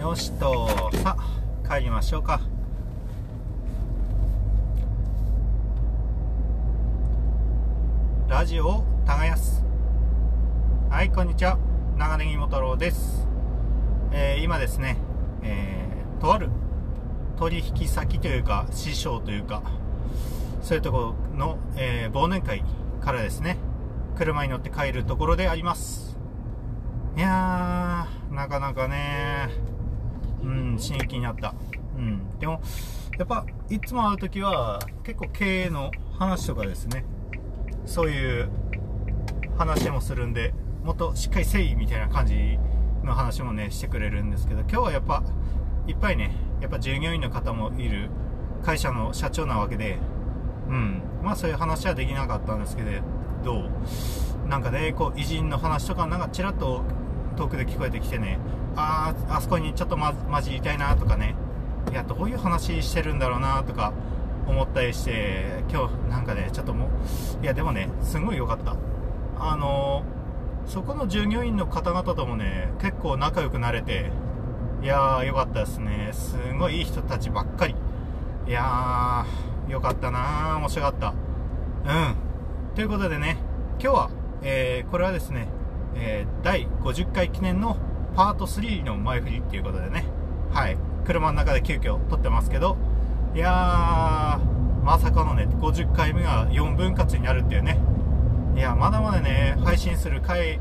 よしとさあ帰りましょうかラジオを耕すはいこんにちは長ネギも太郎です、えー今ですね、えーとある取引先というか師匠というかそういうところの、えー忘年会からですね車に乗って帰るところでありますいやーなかなかねうん刺激になったうんでもやっぱいつも会う時は結構経営の話とかですねそういう話もするんでもっとしっかり誠意みたいな感じの話もねしてくれるんですけど今日はやっぱいっぱいねやっぱ従業員の方もいる会社の社長なわけでうんまあそういう話はできなかったんですけどなんかねこう偉人の話とかなんかちらっと遠くで聞こえてきてねあーあそこにちょっとま混じりたいなとかねいやどういう話してるんだろうなとか思ったりして今日なんかねちょっともういやでもねすごい良かったあのそこの従業員の方々ともね結構仲良くなれていやー良かったですねすごいいい人たちばっかりいやー良かったなー面白かったうんということでね今日は、えーこれはですね、えー第50回記念のパート3の前振りっていうことでねはい車の中で急遽撮ってますけどいやーまさかのね50回目が4分割になるっていうねいやまだまだね配信する回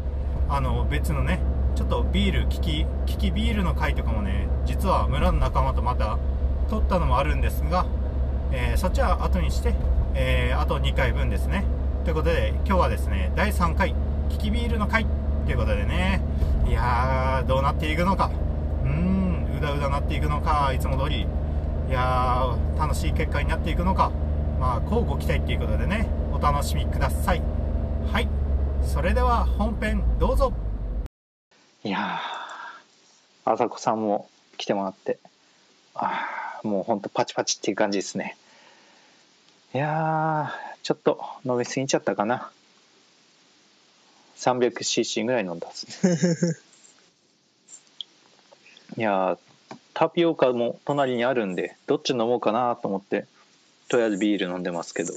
あの別のねちょっとビール聞き聞きビールの回とかもね実は村の仲間とまた撮ったのもあるんですが、えーそっちは後にして、えーあと2回分ですねということで今日はですね第3回聞きビールの回ということでねいやーどうなっていくのかうーんうだうだなっていくのかいつも通りいやー楽しい結果になっていくのかまあ乞うご期待ということでねお楽しみくださいはいそれでは本編どうぞいやーあさこさんも来てもらってあーもうほんとパチパチっていう感じですねいやーちょっと飲みすぎちゃったかな 300cc ぐらい飲んだっすねいやータピオカも隣にあるんでどっち飲もうかなと思ってとりあえずビール飲んでますけどい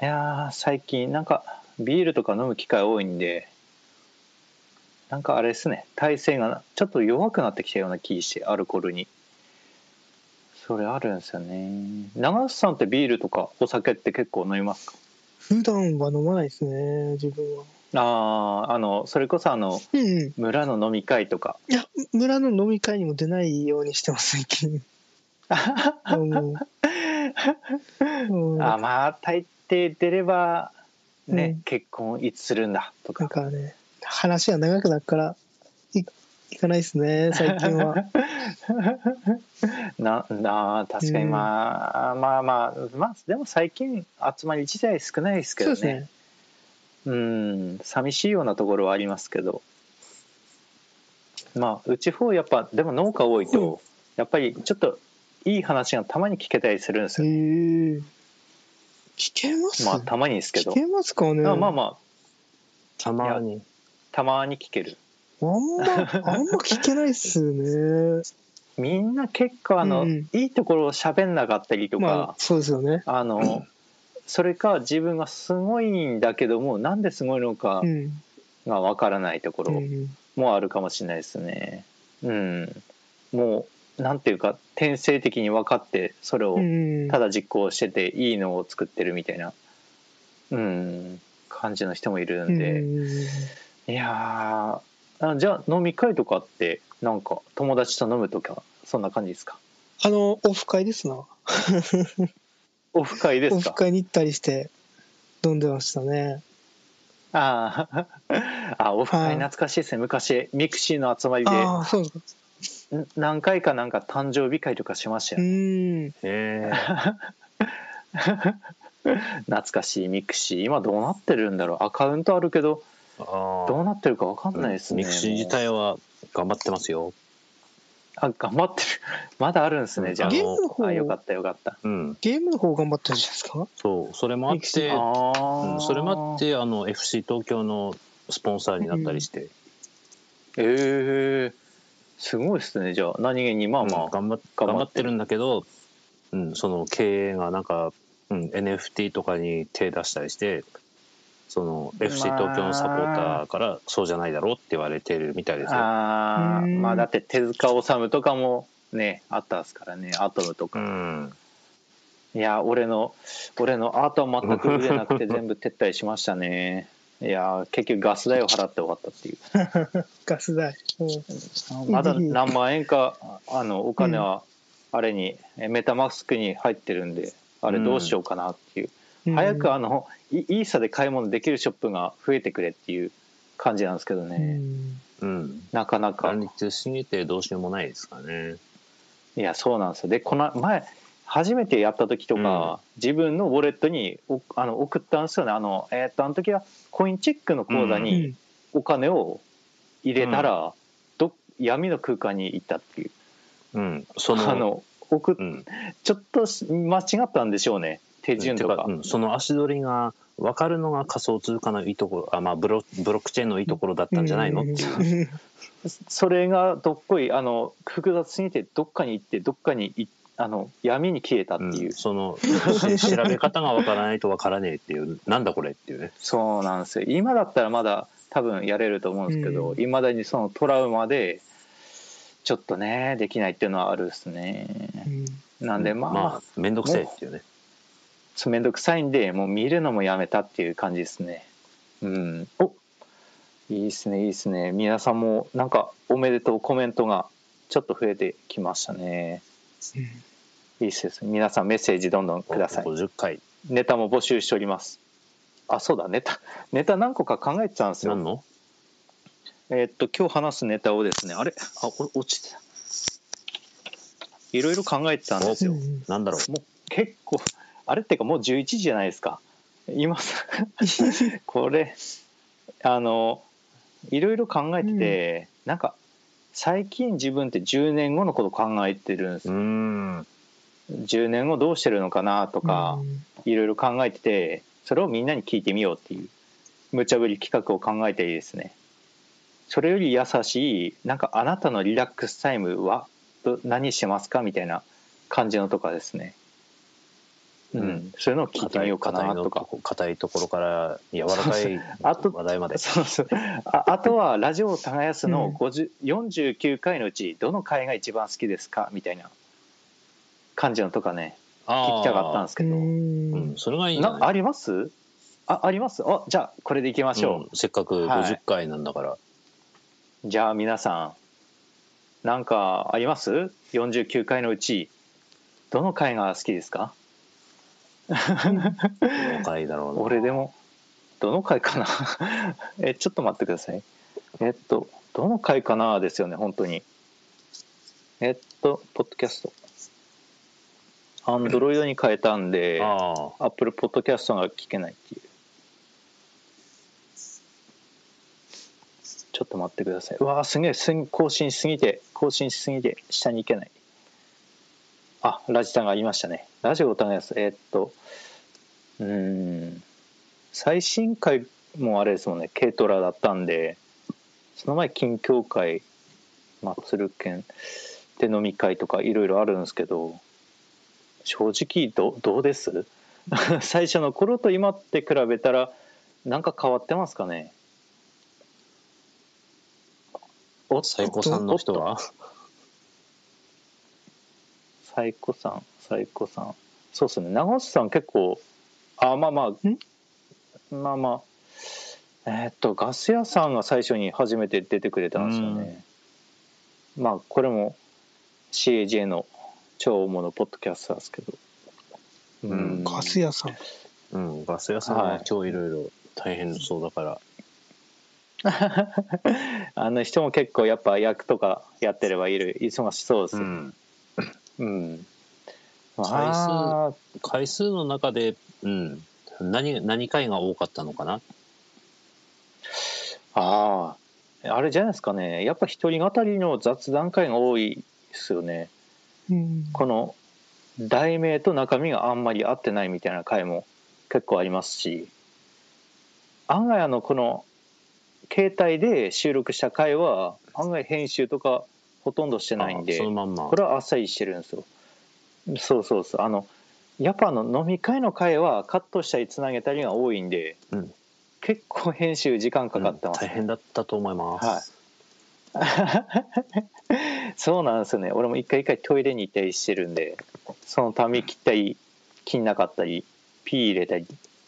やー最近なんかビールとか飲む機会多いんでなんかあれですね体勢がちょっと弱くなってきたような気してアルコールにそれあるんですよね長瀬さんってビールとかお酒って結構飲みますか普段は飲まないですね自分はあーあのそれこそあのうんうん村の飲み会とかいや村の飲み会にも出ないようにしてます最近もうもうあまあ大抵出ればね、うん結婚いつするんだとなかんかね話が長くなるからい行かないですね最近はなな確かにうんまあ、まあまあまあでも最近集まり自体少ないですけ そうどですねうん寂しいようなところはありますけどまあうち方やっぱでも農家多いとやっぱりちょっといい話がたまに聞けたりするんですへよ、え聞けます、まあたまにですけ聞どけますかねあまあまあたまにたまに聞けるあんまあんま聞けないっすね みんな結構あの、うんうんいいところを喋んなかったりとまあか、そうですよねあのそれか自分がすごいんだけどもなんですごいのかうん、がわからないとこうろん、もあるかもしれないですね。うん、もうなんていうか天性的に分かってそれをうんただ実行してていいのを作ってるみたいな、うん、感じの人もいるんで、うんいやーあじゃあ飲み会とかってなんか友達と飲むとかそんな感じですかあのオフ会ですなオフ会ですオフか会に行ったりして飲んでましたねあー あオフは会い懐かしいですね昔ミクシーの集まりでああそうですかん何回かなんか誕生日会とかしましたうよ、ねーんえ懐かしいミクシー今どうなってるんだろうアカウントあるけどー、あどうなってるか分かんーないですね、ミクシー自もう体は頑張ってますよあ頑張ってる まだあるんですねじゃあゲームの方あよかったよかったうんゲームの方頑張ってるんじゃないですかそうそれもあっミクシて、うん、それもあってあの FC 東京のスポンサーになったりして、ええすごいですねじゃあ何気にまあまあ、うん頑張っ頑張ってる頑張ってるんだけど、うん、その経営がなんか、うん、NFT とかに手出したりしてその FC まあ東京のサポーターからそうじゃないだろうって言われてるみたいですよ。あうーんまあだって手塚治虫とかもねあったですからねアトムとうか、ん、いや俺の俺のアートは全く売れなくて全部撤退しましたねいや結局ガス代を払って終わったっていうガス代。うんまだ何万円かあのお金はあれに、えメタマスクに入ってるんであれどうしようかなっていう、うん早くあのイイーサで買い物できるショップが増えてくれっていう感じなんですけどね、うんうん、なかなか管理中すぎてどうしようもないですかね。いやそうなんですよでこの前初めてやった時とか、自分のウォレットにおあの送ったんですよねあの,、えーっとあの時はコインチェックの口座うにんお金を入れたら、ど闇の空間に行ったっていううん、そのあの送っうん、ちょっとし間違ったんでしょうね手順とてかか、うんその足取りが分かるのが仮想通貨のいいところあ、まあ、ブロブロックチェーンのいいところだったんじゃないのっていう。うんそれがどっこいあの複雑すぎてどっかに行ってどっかにいあの闇に消えたっていう、うんその調べ方がわからないとわからねえっていうなんだこれっていうねそうなんですよ今だったらまだ多分やれると思うんですけどうんいま、未だにそのトラウマでちょっとねできないっていうのはあるですねうんなんでまあ、まあ面倒くせえっていうねそうめんどくさいんでもう見るのもやめたっていう感じですねうんおいいですねいいですね皆さんもなんかおめでとうコメントがちょっと増えてきましたねいいっすです皆さんメッセージどんどんください50回ネタも募集しておりますあそうだネタネタ何個か考えてたんですよ何のえーっと今日話すネタをですねあれあお落ちてたいろいろ考えてたんですようんうんなんだろうもう結構あれってかもう11時じゃないですか今さ これあのいろいろ考えてて、なんか最近自分って10年後のこと考えてるんですうーよ、ん10年後どうしてるのかなとかいろいろ考えててそれをみんなに聞いてみようっていう無茶ぶり企画を考えてですねそれより優しいなんかあなたのリラックスタイムはど何してますかみたいな感じのとかですねうん、うんそういうのを聞いてみようか硬ないのとかこ硬いところから柔 らかいあと話題までそうそうああとはラジオを耕すの50 49回のうちどの回が一番好きですかみたいな感じのとかね聞聞きたかったんですけど、うんうん、それがいいんじゃなないありますあありますあじゃあこれでいきましょう、うんせっかく50回なんだから、じゃあ皆さんなんかあります ?49 回のうちどの回が好きですかどの回だろうな俺でもどの回かな えちょっと待ってくださいえっとどの回かなですよね本当にえっとポッドキャストアンドロイドに変えたんであアップルポッドキャストが聞けないっていうちょっと待ってくださいうわーすげえすん更新しすぎて更新しすぎて下に行けないあラジタンがありましたねラジオを疑いますえーっとうーん最新回もあれですもんね軽トラだったんでその前近況会祭る券で飲み会とかいろいろあるんですけど正直どどうです 最初の頃と今って比べたらなんか変わってますかねおっとあ最高さんの人は最古さん最古さんそうですね長尾さん結構あまあまあまあまあえーっとガス屋さんが最初に初めて出てくれたんですよね、まあこれも CAJ の超大物ポッドキャスターですけどううんんガス屋さん。うん、ガス屋さんははい今日いろいろ大変そうだから、あの人も結構やっぱ役とかやってればいる忙しそうですうん、うん、回あー回数の中で、うん、何何回が多かったのかなあああれじゃないですかねやっぱ一人語りの雑談会が多いですよねうんこの題名と中身があんまり合ってないみたいな回も結構ありますし案外あのこの携帯で収録した回は案外編集とかほとんどしてないんあでそのまんまこれはあっさりしてるんですよそうそうそうあのやっぱあの飲み会の会はカットしたりつなげたりが多いんで、うん結構編集時間かかってます、うん大変だったと思います、はいそうなんですよね俺も一回一回トイレに行ったりしてるんでそのため切ったり切んなかったりピー入れたり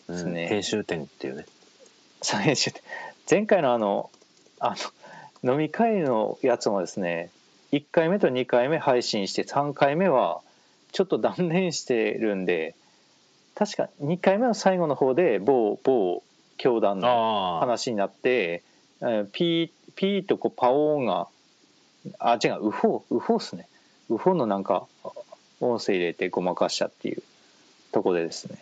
うんですね編集点っていうねその編集って前回のあのあの飲み会のやつもですね1回目と2回目配信して3回目はちょっと断念してるんで確か2回目の最後の方で某某教団のあ話になって、えーピーピーとこうパオーンがあ違うウフォウフォっすねウフォのなんか音声入れてごまかしたっていうとこでですね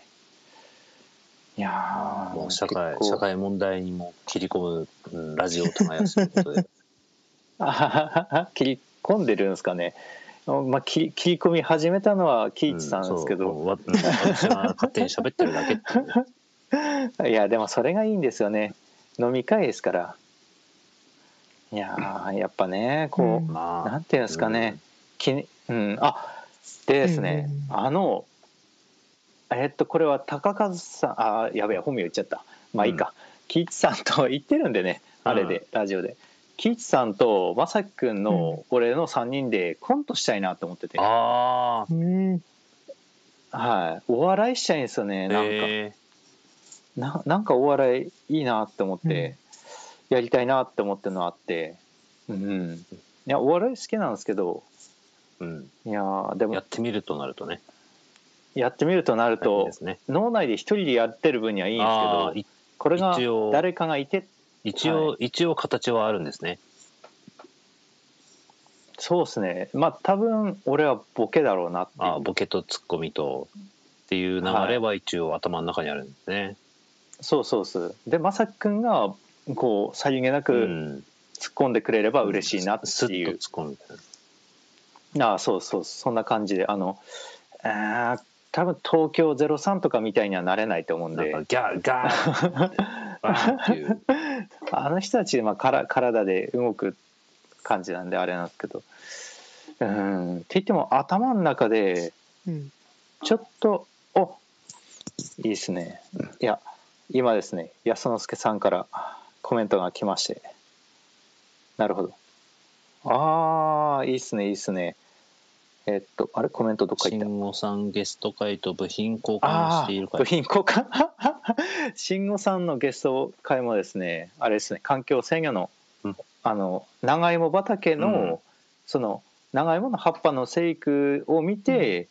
いやあーもう社会結構社会問題にも切り込む、うんラジオを耕すということ であははは切り込んでるんですかね、まあ、切り切り込み始めたのは喜一さんですけうど、んそううんわうん私が勝手に喋ってるだけっていう ねいやでもそれがいいんですよね飲み会ですからいやーやっぱねこう、うんまあなんていうんですかね、きにうん、あでですね、うんあのえっとこれは高和さんあやべえ本名言っちゃったまあいいか、喜一さんと言ってるんでねあれで、うんラジオで喜一さんとまさきくんの、俺の3人でコントしたいなと思ってて、ああうん。はい、お笑いしたいんですよねなんか、えななんかお笑いいいなって思って、やりたいなって思ってるのあってうんいやお笑い好きなんですけどーいやーでうん、もやってみるとなるとねやってみるとなる大変とですね脳内で一人でやってる分にはいいんですけあどーいこれが一応誰かがいて一応、一応形はあるんですねそうですねまあ多分俺はボケだろうなっていあーうボケとツッコミとっていう流れは一応頭の中にあるんですね、そうそうそうでまさきくんがこうさりげなうくん突っ込んでくれれば嬉しいなっていう、スッと突っ込むみたいなああそうそうそんな感じであのあー多分東京03とかみたいにはなれないと思うんなんでかギャーガー バーンっていうあの人たち、まあ、から体で動く感じなんであれなんですけどうんって言っても頭の中でうん。ちょっとおいいですねいや今ですね安之助さんからコメントが来ましてなるほどああいいっすねいいっすねえっとあれコメントどっか行った慎吾さんゲスト会と部品交換あしているあか部ら品交換 慎吾さんのゲスト会もですねあれですね環境制御の,、うんあの長芋畑の、うんその長芋の葉っぱの生育を見て、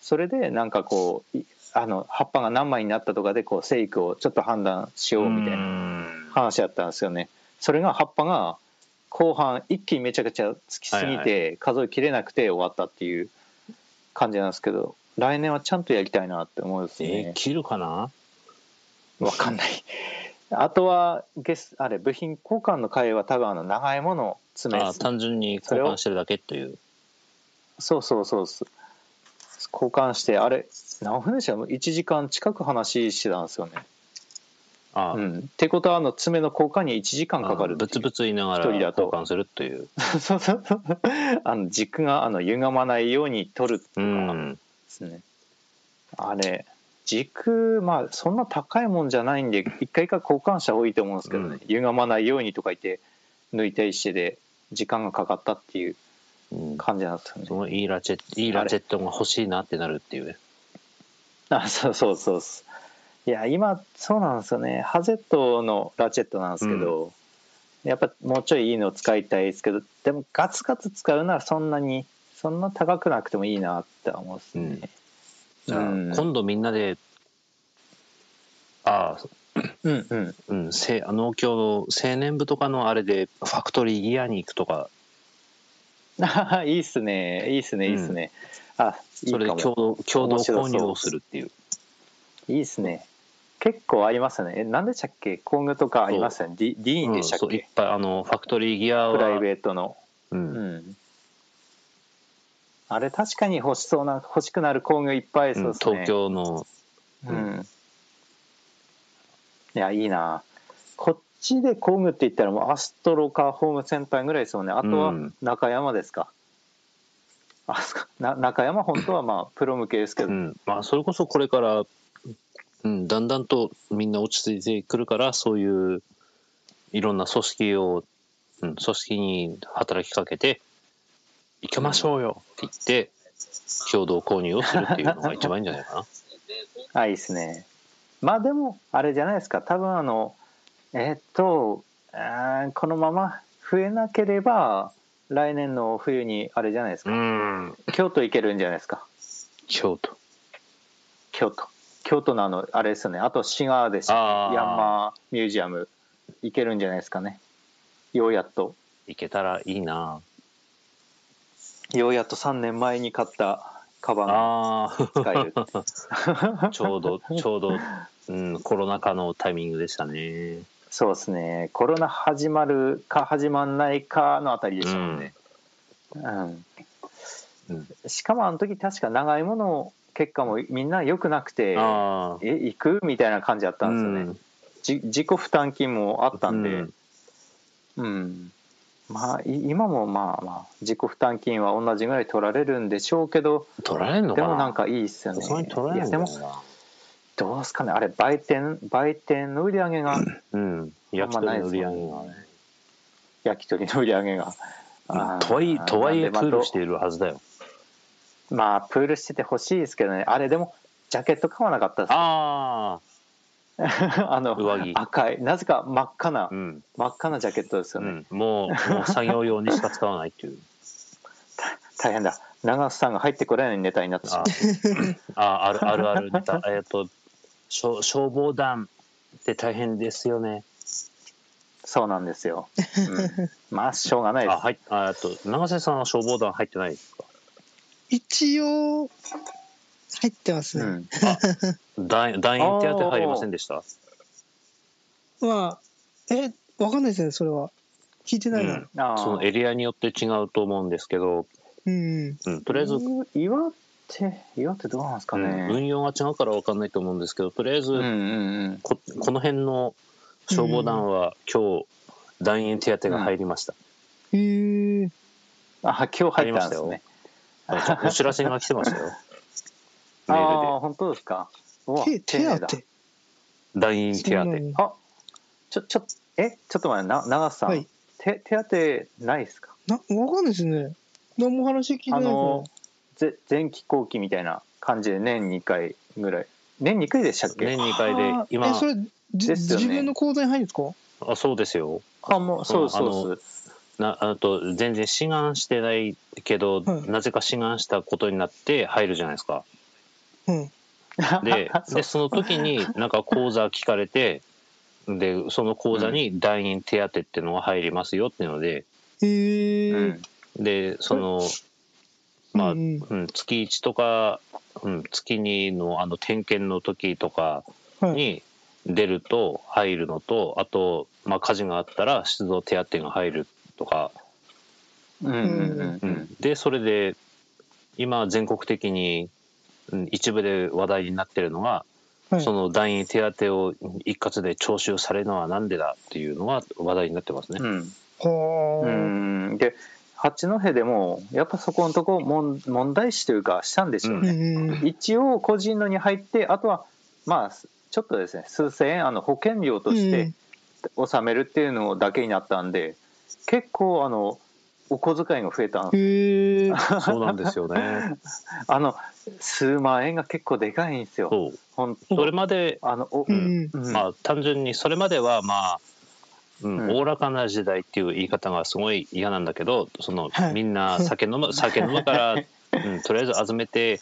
それでなんかこういあの葉っぱが何枚になったとかでこう生育をちょっと判断しようみたいなな話だったんですよね。それが葉っぱが後半一気にめちゃくちゃつきすぎはいて数えきれなくて終わったっていう感じなんですけど来年はちゃんとやりたいなって思うんですよでね。きるかなわかんない。あとはゲスあれ部品交換の会は多分あの長いもの詰めあ単純に交換してるだけというそうそうそうそう交換してあれ何分でした1時間近く話してたんですよね。あ、うん、ってことはあの爪の交換に1時間かかるってぶいうつぶつ言いながら一人交だと換するというそうそうそう あの軸があの歪まないように取るとうかでんすね、あれ軸まあそんな高いもんじゃないんで一回一回交換した方がいいと思うんですけどね、うん歪まないようにとか言って抜いたりしてで時間がかかったっていううん感じなんですよねそのいいラチェットいいラチェットが欲しいなってなるっていうねあそうそうそうそういや今そうなんですよねハゼットのラチェットなんですけど、やっぱもうちょいいいのを使いたいですけどでもガツガツ使うならそんなにそんな高くなくてもいいなって思うんですね、じゃあうん今度みんなでああうん、うんうん、せあの今日青年部とかのあれでファクトリーギアに行くとかあ いいっすねいいっすねいいっすね、あいいそれかでも共同共同面白そう購入をするっていういいっすね結構ありますねえ何でしたっけ工具とかありますよねディディーンでしたっうんそういっけ、ぱいあのファクトリーギアはプライベートのううんんあれ確かに欲しそうな欲しくなる工具いっぱいそううんですね、東京のうんいやいいなこっ1でコムって言ったらもうアストロかホームセンターぐらいですよねあとはうん中山ですか、あそっかな中山本当はま あプロ向けですけど、うん、まあそれこそこれから、うん、だんだんとみんな落ち着いてくるからそういういろんな組織を、うん、組織に働きかけて行きましょうよって言って共同購入をするっていうのが一番いいんじゃないかな。あいいですねまあでもあれじゃないですか多分あのえーっとあーこのまま増えなければ来年の冬にあれじゃないですうか、ん京都行けるんじゃないですか京都京都京都のあのあれですよねあと滋賀でしヤンあーマーミュージアム行けるんじゃないですかねようやっと行けたらいいな。ようやっと3年前に買ったカバンがあ使えるあ ちょうどちょうど、うん、コロナ禍のタイミングでしたね。 そうですねコロナ始まるか始まんないかのあたりでしたもんね、うんうんしかもあの時確か長いもの結果もみんな良くなくてああえ行くみたいな感じだったんですよね、うんじ自己負担金もあったんで、うんうん、まあい今もまあまあ自己負担金は同じぐらい取られるんでしょうけど取られんのでかなもなんかいいっすよね。そんなに取らいれやんでのもかなどうすかねあれ売店売店の売り上げ がうん、焼き鳥の売り上げがね。焼き鳥の売り上げが。うんあーとはいえ、とはいえ、プなんでーまあルしているはずだよ。まあプールしててほしいですけどねあれでもジャケット買わなかったですあ あの上着赤いなぜか真っ赤な、あ、うん、真っ赤なジャケットですうよね、ん、もう、もう作業用にしか使わないって いう。大変だ長瀬さんが入ってこれないネタになってしまあうあ、あるあるあるネタ、えっと、消消防団って大変ですよね。そうなんですよ、うん、まあしょうがないであ、すはい、あ、えっと、長瀬さんは消防団入ってないですか。一応、入ってますね。ん、団団員手当入りませんでした。まあ、え、わかんないですね、それは。聞いてなういな。ん、あーそのエリアによって違うと思うんですけど、うん。うん、とりあえず、うんい岩手岩手どうなんですかね、運用が違うからわかんないと思うんですけど、とりあえずうん、うんここの辺の消防団は今日団員手当が入りました、へうえ。ん、あ今日入ったんですねあお知らせが来てま したよああメーー本当ですかうわ手丁寧手だ当て。ルで団員手そんな当のあちょちょえちょっと待ってな長瀬さん、はい手手当ないですかな、わかんないですね。何も話聞いてなあいから。のぜ前期後期みたいな感じで年2回ぐらい年2回でしたっけ年2回あーで今え、それ、じですよね自分の口座に入るんですかあそうですよあもうそうそうそうなあと全然志願してないけど、はいなぜか志願したことになって入るじゃないですかうん。で そうでその時になんか講座聞かれてでその講座に団員手当ってのが入りますよっていうのでへえ。うんでそのまあうんうんうん、月1とか、うん、月2のあの点検の時とかはい。に出ると入るのとあと、まあ、火事があったら出動手当が入るとか、うんうんううんん、でそれで今全国的に、うん、一部で話題になってるのが、はいその団員手当を一括で徴収されるのはなんでだっていうのが話題になってます ね。うんはうあ。んうんで八戸でもやっぱそこのとこ問問題視というかしたんでしょううね、んうん。一応個人のに入ってあとはまあちょっとですね数千円あの保険料として納めるっていうのだけになったんで、結構あのお小遣いが増えたんですへえ。 そうなんですよね。あの数万円が結構でかいんですよ。そう本そ当れまであのお、ううんん。まあ、単純にそれまではまあおお、うんうんらかな時代っていう言い方がすごい嫌なんだけどそのはいみんな酒飲む酒飲むから、うん、とりあえず集めて、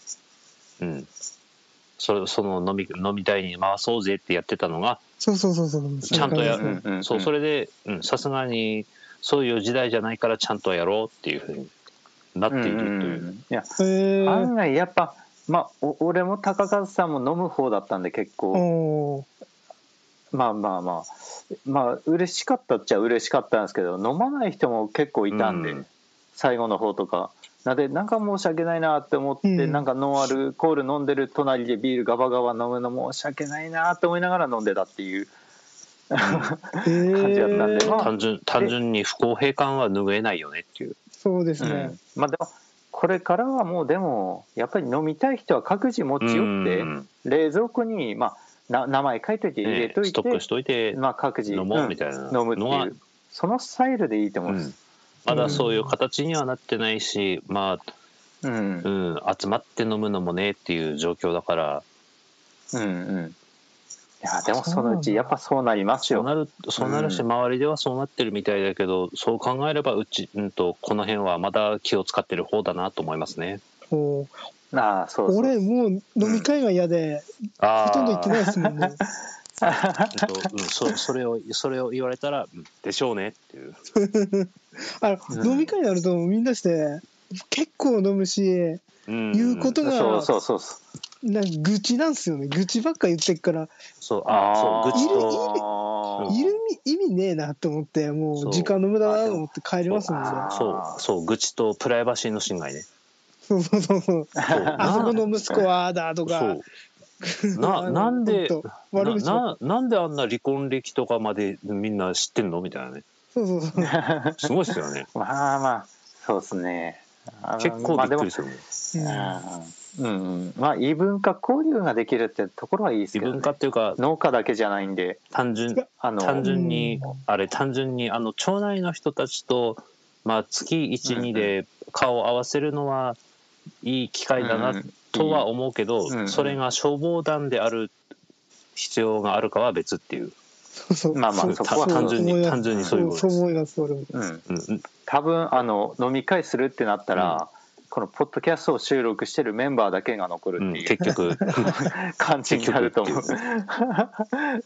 うん、そその飲み飲み代に回そうぜってやってたのがそうそうそうそう。ちゃんとやそんな感じですねうんそうそれでうんさすがにそういう時代じゃないからちゃんとやろうっていうふうになっているという。いやへえ。案外やっぱまあお俺も高和さんも飲む方だったんで結構、おーまあまあまあまあ嬉しかったっちゃ嬉しかったんですけど飲まない人も結構いたんで、うん最後の方とか。なんでなんか申し訳ないなって思って、うんなんかノンアルコール飲んでる隣でビールガバガバ飲むの申し訳ないなって思いながら飲んでたっていうえー感じやったんでまあ単純単純に不公平感は拭えないよねっていうそうですうねん。、まあでもこれからはもうでもやっぱり飲みたい人は各自持ち寄ってうん冷蔵庫に、まあ、な名前書いといて入れねといスて、トックしといてまあ、各自飲もううんみたいな飲むってのはいうそのスタイルでいいと思ううんでんす、まだそういう形にはなってないしまあ、うんうんうん、集まって飲むのもねっていう状況だからうん、いやでもそそうなんだのうちやっぱそうなりますそうよなるそうなるしう周りではそうなってるみたいだけどそう考えればうち、うん、とこの辺はまだ気を使ってる方だなと思いますね。おーああそうそう俺もう飲み会が嫌で、ほあーとんど行ってないですもんね。うんとうん、そそれをそれを言われたらうん「でしょうね」っていうあの、うん飲み会になるとみんなして結構飲むし、うん言うことがそうそうそうそなんか愚痴なんですよね。愚痴ばっか言ってっから、そううあそう愚痴とといる意味ねえなと思って、もそうう時間の無駄だと思って帰りますもんね。あそうそう愚痴とプライバシーの侵害ね。そうそうそうそう。そうあそこなの息子はああだとか。そう ななんでほんと悪な口ばっかななんであんな離婚歴とかまでみんな知ってんのみたいなねそうそうそう。すごいです よねまあまあそうですねあの結構まびあっでもくりするもんうんうんうん、まあ異文化交流ができるってところはいいです自けど、ね、分かっていうか農家だけじゃないんで単純あの単純にうあれ単純にあの町内の人たちと、まあ、月うんうん12で顔を合わせるのはいい機会だうんうなんとは思うけど、うんうんそれが消防団である必要があるかは別っていうそうそう。まあまあそうそこたは単純そう思いにます単純にそそういうこそとうです。思います、俺も。うん、うんうん多分あの飲み会するってなったら、このポッドキャストを収録してるメンバーだけが残るうんっていう結局 感じになると思う結。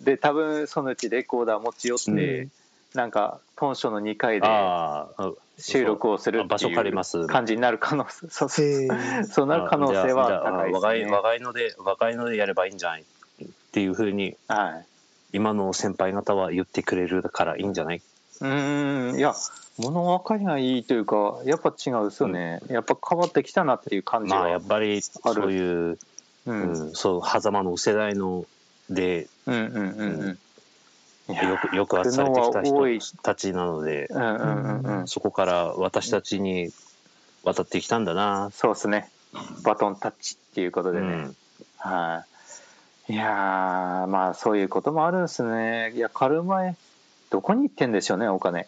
で多分そのうちレコーダー持ち寄って、うんなんか当初の2回でああ収録をする場って所い借りうます感じになる可能性そうそうえーそうなる可能性は高いあじゃあ若でいすね。若いので若いのでやればいいんじゃないっていうふうにはい今の先輩方は言ってくれるからいいんじゃないうーんいや物分かりがいいというかやっぱ違うですよね、やっぱ変わってきたなっていう感じは、まあやっぱりそういううん、うんうん、そう狭間の世代のでうんうんうんうんいやよく抑圧されてきた苦悩は多い人たちなのでうんうんうんうんそこから私たちに渡ってきたんだな、そうですねバトンタッチっていうことうでね、ん、はいいやーまあそういうこともあるんですねいやカルマエどこに行ってんでしょうねお金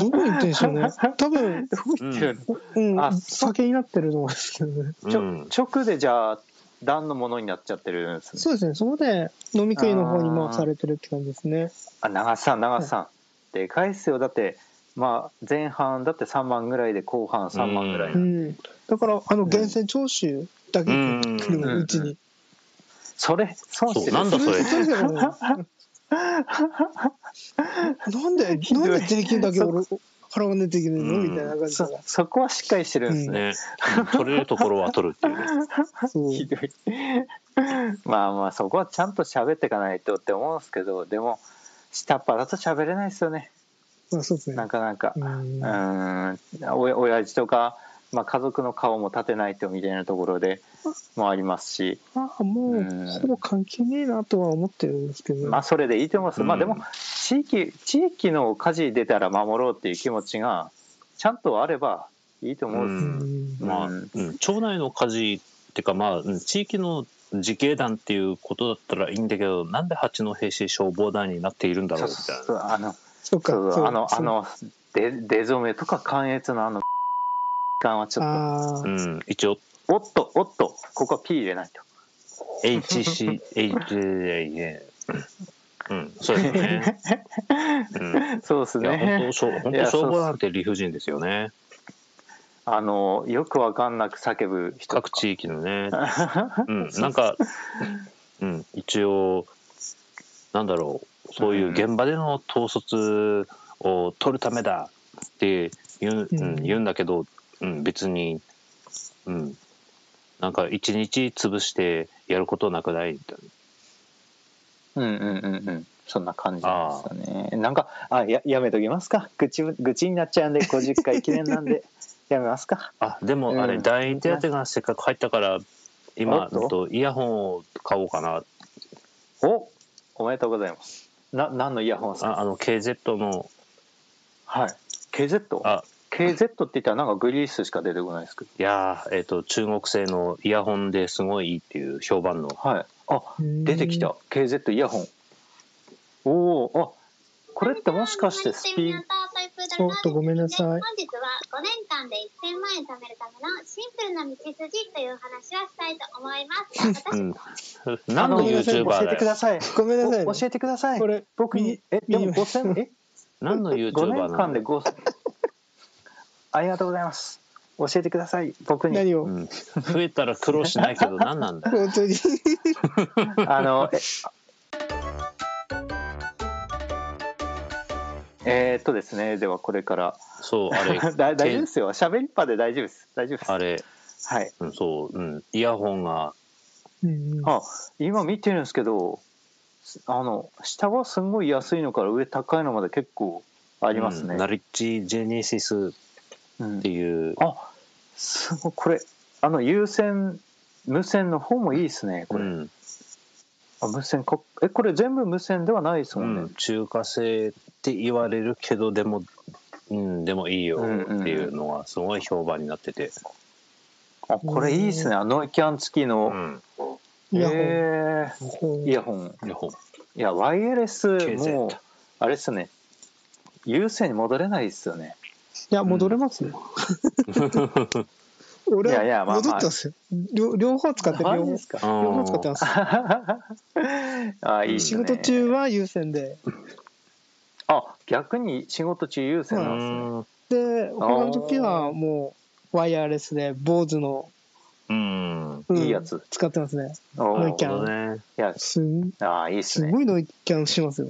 どこに行ってんでしょう ね。多分、どこ 行ってる、うんあ、酒になってると思うんですけどね。ちょうん直でじゃあ段のものになっちゃってるんですねそうですね。そこで飲み会の方に回されてるって感じですね。あ長瀬さん長瀬さん、でかいっすよだってまあ前半だって3万ぐらいで後半3万ぐらい、あうーん。だから、あの、源泉徴収だけ来るうんの、うちに。それ損してるそうなんだそれれだよ ねなんで、なんで税金だけ俺払わないといけないのうんみたいな感じだかそそこはしっかりしてるんですね、ね、取れるところは取るっていうね、ら。そう。ひどい まあまあそこはちゃんと喋っていかないとって思うんですけどでも下っ端だと喋れないですよねまあそうですなね。かなかううんまーんお親父とか、まあ、家族の顔も立てないとみたいなところでもありますしあもううんほぼ関係ねえなとは思ってるんですけど、まあそれでいいと思います、まあうんでも地域地域の火事出たら守ろうっていう気持ちがちゃんとあればいいと思うううんんまあ、ううんん町内の火事っていうかまあうん地域の自警団っていうことだったらいいんだけどなんで八戸市消防団になっているんだろうみたいなそうあのそっかそうそうあのそうあの出出初めとか関越のあの感はちょっあーうん、一応とおっとおっとここは P 入れないと HCHA うんそうです ね、うん、そうですいや本ね当しょ本いや当消防団って理不尽ですよねあのよくわかんなく叫ぶ人各地域の ね、あうん、なんか、うん、一応なんだろうそういう現場での統率を取るためだって言う,、うんうん言うんだけど、うん、別に、うん、なんか一日潰してやることなくないみたいうんうんうんうんそんな感じなんですよねなんかあややめときますか愚痴愚痴になっちゃうんで50回記念なん でやめますかなあでもあれ、うん第二手当がせっかく入ったからお今っとうんとイヤホンを買おうかなおおめでとうございますな何のイヤホンですかああの KZ のはい。KZ? あ KZ って言ったらなんかグリースしか出てこないですけど。いやーえっ、と中国製のイヤホンですごいいいっていう評判のはい。あ、出てきた。KZ イヤホン。おお、あ、これってもしかしてスピーおっとごめんなさい本日は5年間で1000万円貯めるためのシンプルな道筋というお話をしたいと思います。私 うは ん、何のあ教 YouTuber えてだくよださい。ごめんなさいね、お教えてくださいこ。れ僕に、え、でも右5000、え、何の YouTuber 5な年の間で5000。ありがとうございます。教えてください。僕に。何を、うん、増えたら苦労しないけど何なんだよ本当 に あの、ええーっとですね、ではこれから。そうあれ だ大丈夫ですよ。喋りっぱで大丈夫です。大丈夫です。あれ、はい。うん、そう、うん、イヤホンがうんうんあ、今見てるんですけど、すあの、下はすんごい安いのから上高いのまで結構あありますね。ナリッジジェネシスうんっていうあ、すごい、これ、あの、有線、無線の方もいいですね、こうれ。んあ無線かっえ、これ全部無線ではないですうもんね。ん、中華製って言われるけどでも、うん、でもいいよっていうのがすごい評判になってて、あ、これいいですね、あのノイキャン付きうの。ん、イヤホン、えほうーイヤホン。イヤホンいや、ワイヤレス、 KZ もう、あれですね、有線に戻れないですよね。いや戻れま すね、俺いやいやはまあまあ戻ってますよ、両両方使ってるマ両ジ方ですか。両方使ってますあ、いいっす仕ね。事中は優先であ、逆に仕事中有線なんですね。で他の時はもうワイヤレスで坊主の、うん、うんうんいいやつ使ってますねおノーイキャンそうだねいや、すんあー、いいっすすね。ごいノイキャンしますよ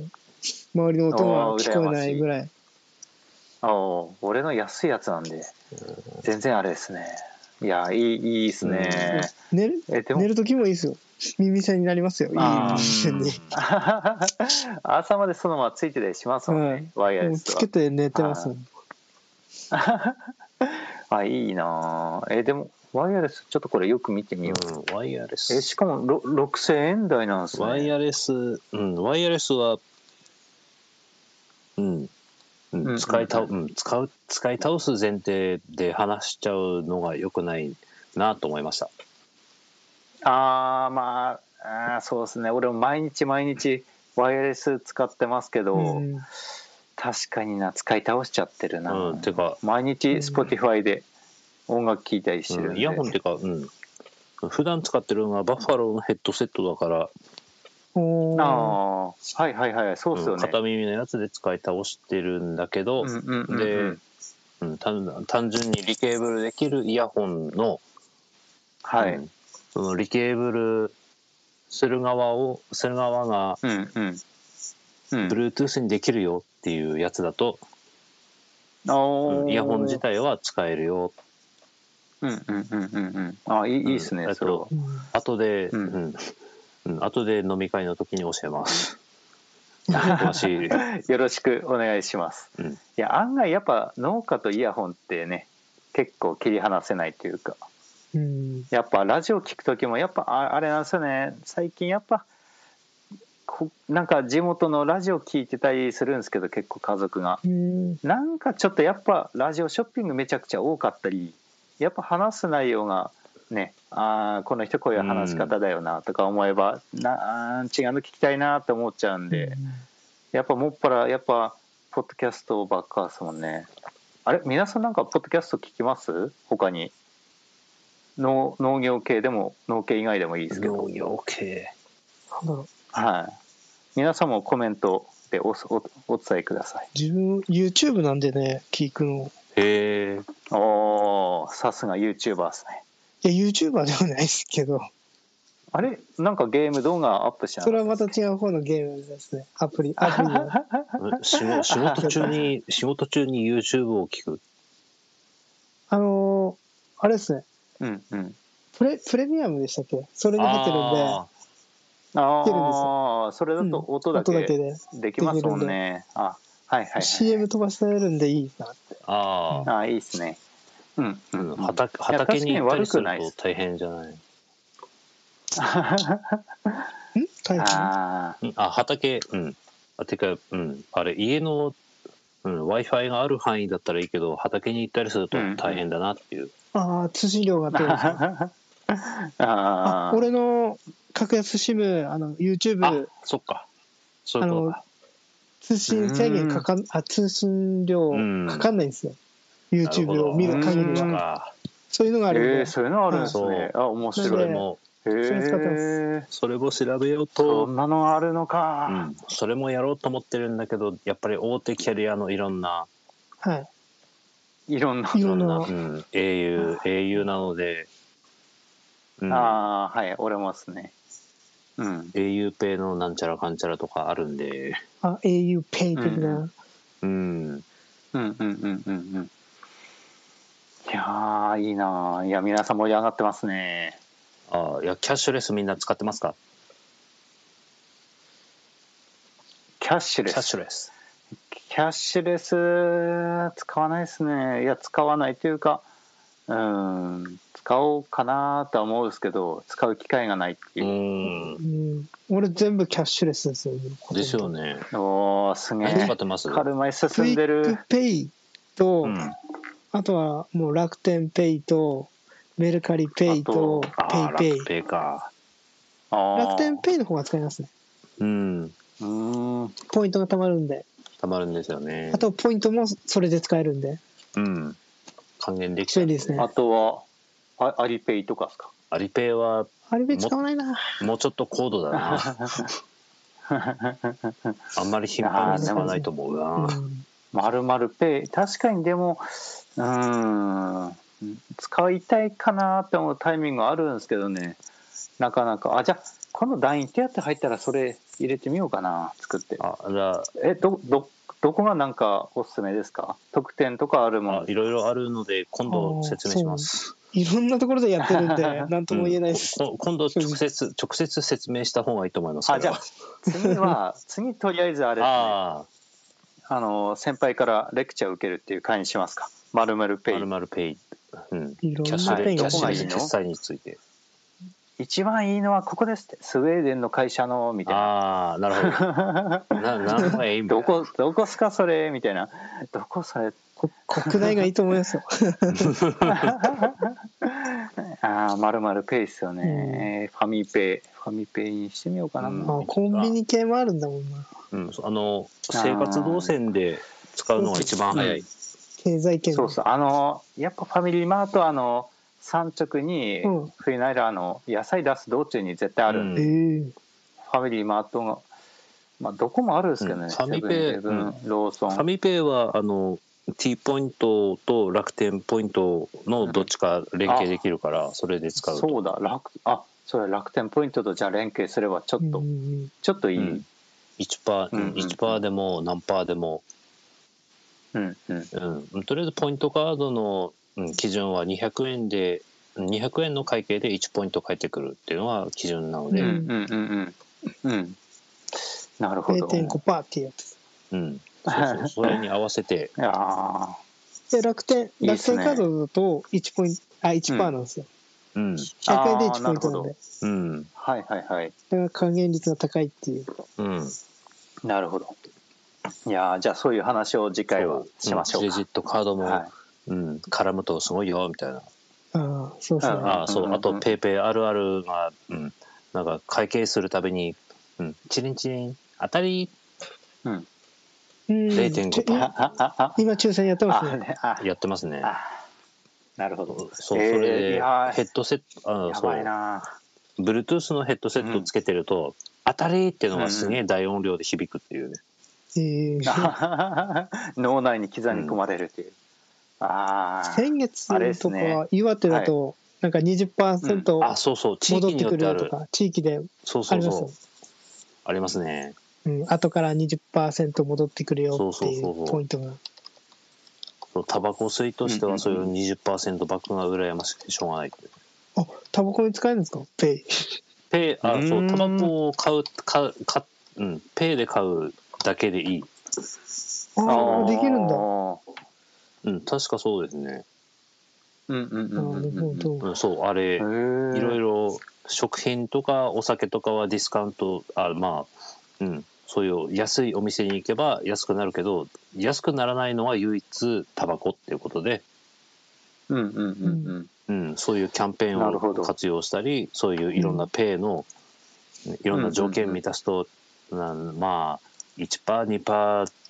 周りの音が聞こえないぐらいああ、俺の安いやつなんで、全然あれですね。いや、いい、いいですね。寝るえ、でも寝、る時もいいですよ耳栓になりますよいいあー耳栓に朝までそのままついてたりしますもんね、ワイヤもレうスつはけ。て寝てますもんあ、いいなぁえ、でも、ワイヤレス、ちょっとこれよく見てみよう。うんワイヤレえ、スしかも、ろ6000円台なんですね。ワイヤレス、うん、ワイヤレスは、うん、ううんん、使いた、うん、使う、使い倒す前提で話しちゃうのが良くないなと思いました。あー、まあ、あーそうですね。俺も毎日毎日、ワイヤレス使ってますけど、うん確かにな、使い倒しちゃってるな。うん、てか、毎日うん Spotify で音楽聴いたりしてるんうんで、イヤホンってか、うん、普段使ってるのがバッファローのヘッドセットだから、おーああはいはいはいそうっすようんね、片耳のやつで使い倒してるんだけうど、んうんうんうんでうん単単純にリケーブルできるイヤホンの、はい、うんそのリケーブルする側をする側がうんうんうん Bluetooth にできるよっていうやつだと、あーうんイヤホン自体は使えるようんうんうんうんうんあいいいいっすね、うんそれはうん後で、ううんんうん、後で飲み会の時に教えます詳しいよろしくお願いします、うんいや案外やっぱ農家とイヤホンってね結構切り離せないというかうんやっぱラジオ聞く時もやっぱああれなんですよね最近やっぱこなんか地元のラジオ聞いてたりするんですけど結構家族がうんなんかちょっとやっぱラジオショッピングめちゃくちゃ多かったりやっぱ話す内容がねあーこの人こういう話し方だよなとか思えば、なあー違うの聞きたいなと思っちゃうんで、やっぱもっぱらやっぱポッドキャストばっかですもんねあれ皆さんなんかポッドキャスト聞きます他に農農業系でも農系以外でもいいですけど農業系なんだろうはい皆さんもコメントでおおお伝えください自分 YouTube なんでね聞くのへえおーさすが YouTuber ですねいや YouTuber ではないですけどあれなんかゲーム動画アップしなそれいはまた違う方のゲームですねアプリアプ リの仕事仕事中に仕事中に YouTube を聞くあのーあれですねうんうんプレプレミアムでしたっけそれに入ってるんでああ出るんですあそれだと音だ音だけけで、できますもんねあはいはい、はい、 CM 飛ばせるんでいいなってーああいいですねうんうー、ん、ううんん、畑畑に行ったりするいや確かに悪くないでとす大変じゃないあん大変あうんあ畑うんあてか、うん、あれ家の、うん、w i f i がある範囲だったらいいけど畑に行ったりすると大変だなっていう、ああ通信量が 通るああー俺の格安 SIM あの YouTube あそっかそういうことだ通信制限かかんあ通信量うんかかんないんですよ YouTube を見る限りそっはかそういうのがあるんで、えー、そういうのあるんですはねい。あ、面そ白れい。もへれ使ってまえ。それも調べようそとんなのあるのか。うん、それもやろうと思ってるんだけどやっぱり大手キャリアのいろんなはいいろんな。いろんなうん au au なので、うん、ああ、はい、俺もですね。うん。 au ペイのなんちゃらかんちゃらとかあるんであ auPay 的な、ううんうんうんうんうんうん。いやー、いいなー。いや、皆さん盛り上がってますね。ああいやキャッシュレスみんな使ってますかキャッシュレキャッス。シュレスキャッシュレス、使わないですね。いや、使わないというか、うん、使おうかなーとは思うんですけど、使う機会がないっていうう。んうん、俺全部キャッシュレスですよですよねおー、すげ何え使っ。てますカルマへク進イんでッるク。ペイと、うん、あとはもう楽天ペイとメルカリペイとああペイペイ楽ペイか楽楽天ペイの方が使いますねうんうーん。ポイントが貯まるんでたまるんですよねあとポイントもそれで使えるんでうん還元できちゃ便う利ですねあとは、あアリペイとかですか。アリペイはあれで使わないなもうちょっと高度だなあんまり頻繁に使わないと思うなうんまるまるペイ。確かにでも、うーん。使いたいかなって思うタイミングはあるんですけどね。なかなか。あ、じゃあ、この LINE ってやって入ったらそれ入れてみようかな。作って。あじゃあえ、ど、ど、どこがなんかおすすめですか特典とかあるもまのあいろいろあるので今度説明します。いろんなところでやってるんでなんとも言えないです、うんこ今度直接直接説明した方がいいと思います。あじゃあ次は次とりあえずあれですねああの先輩からレクチャー受けるっていう会にしますか「まるまるあペまるイまるペイ、うん、キいろんャッシなュペレイスキがャあッがいるシュレいスの決済について。」一番いいのはここですってスウェーデンの会社のみたいなああなるほ ど。な何の意味？どこどこっすかそれみたいなどこそれこ国内がいいと思いますよああまるまるペイっすよね、ファミペイファミペイにしてみようかな、うんあコンビニ系もあるんだもんなうんあの生活動線で使うのが一番早い。経済圏そうそうあのやっぱファミリーマートはあの産直にうん冬ならあの野菜出す道中に絶対あるんで、うんええファミリーマートが、まあ、どこもあるんですけどね、うんファミペセイブンイレブンローソファン、ミペイはあの T ポイントと楽天ポイントのどっちか連携できるからそれで使うと。そうだ、楽あそれは楽天ポイントとじゃあ連携すれば、ちょっと、うんうんうんちょっといい、ううんん1パうんうんー1パーでも何パーでも。うんうん、とりあえずポイントカードの、うん、基準は200円で200円の会計で1ポイント返ってくるっていうのが基準なのうんうで、んうんうん、うん、なるほど。い0.5%っていうやつうんそうそうそれに合わせて やーで楽天いいっ楽す天ねカードだと1ポイントあ1%パーなんですよ、うん100円であー1ポイントなるほなどんでうんはいはいはい、だから還元率が高いっていううんなるほど。いやーじゃあ、そういう話を次回はしましょうんクレか。ジットカードも、はいうん、絡むとすごいよみたいなああそうですねうんああそうあうとんペイペイあるあるが、うん、なんか会計するたびに、うん、チリンチリン当たりうんちょ0.5%今あああ今抽選やってまあすねねあやってますねあなるほど。そうそえーれいでやーヘッドセットあのやそうばいな Bluetooth のヘッドセットつけてると、当たりっていうのがすげえ大音量で響くっていうね、ええ 脳内に刻み込まれるっていう、ああ先月あれですとかねは岩手だとなんか20%あそうそう地戻域っにてよっくるてよあるとか地域でそうあそりうまそすうよありますねうん後から20%戻ってくるよっていそうそうそううそうポイントがそうタバコ吸いとしてうんうんうはんそういう20%バックが羨ましくてしょうがない、あタバコに使えるんですかペイペイあそううんタバコを買う買う買ううんペイで買うだけでいいああできるんだううん確かそうですね、んうんうなんうんるうほんどうん、そうあれ、へえいろいろ食品とかお酒とかはディスカウントあまあうんそういう安いお店に行けば安くなるけど安くならないのは唯一タバコっていうことで、うんうんうんうん、そういうキャンペーなるほンどを活用したりそういういろんなペイの、いろんな条件満たすと、なんまあ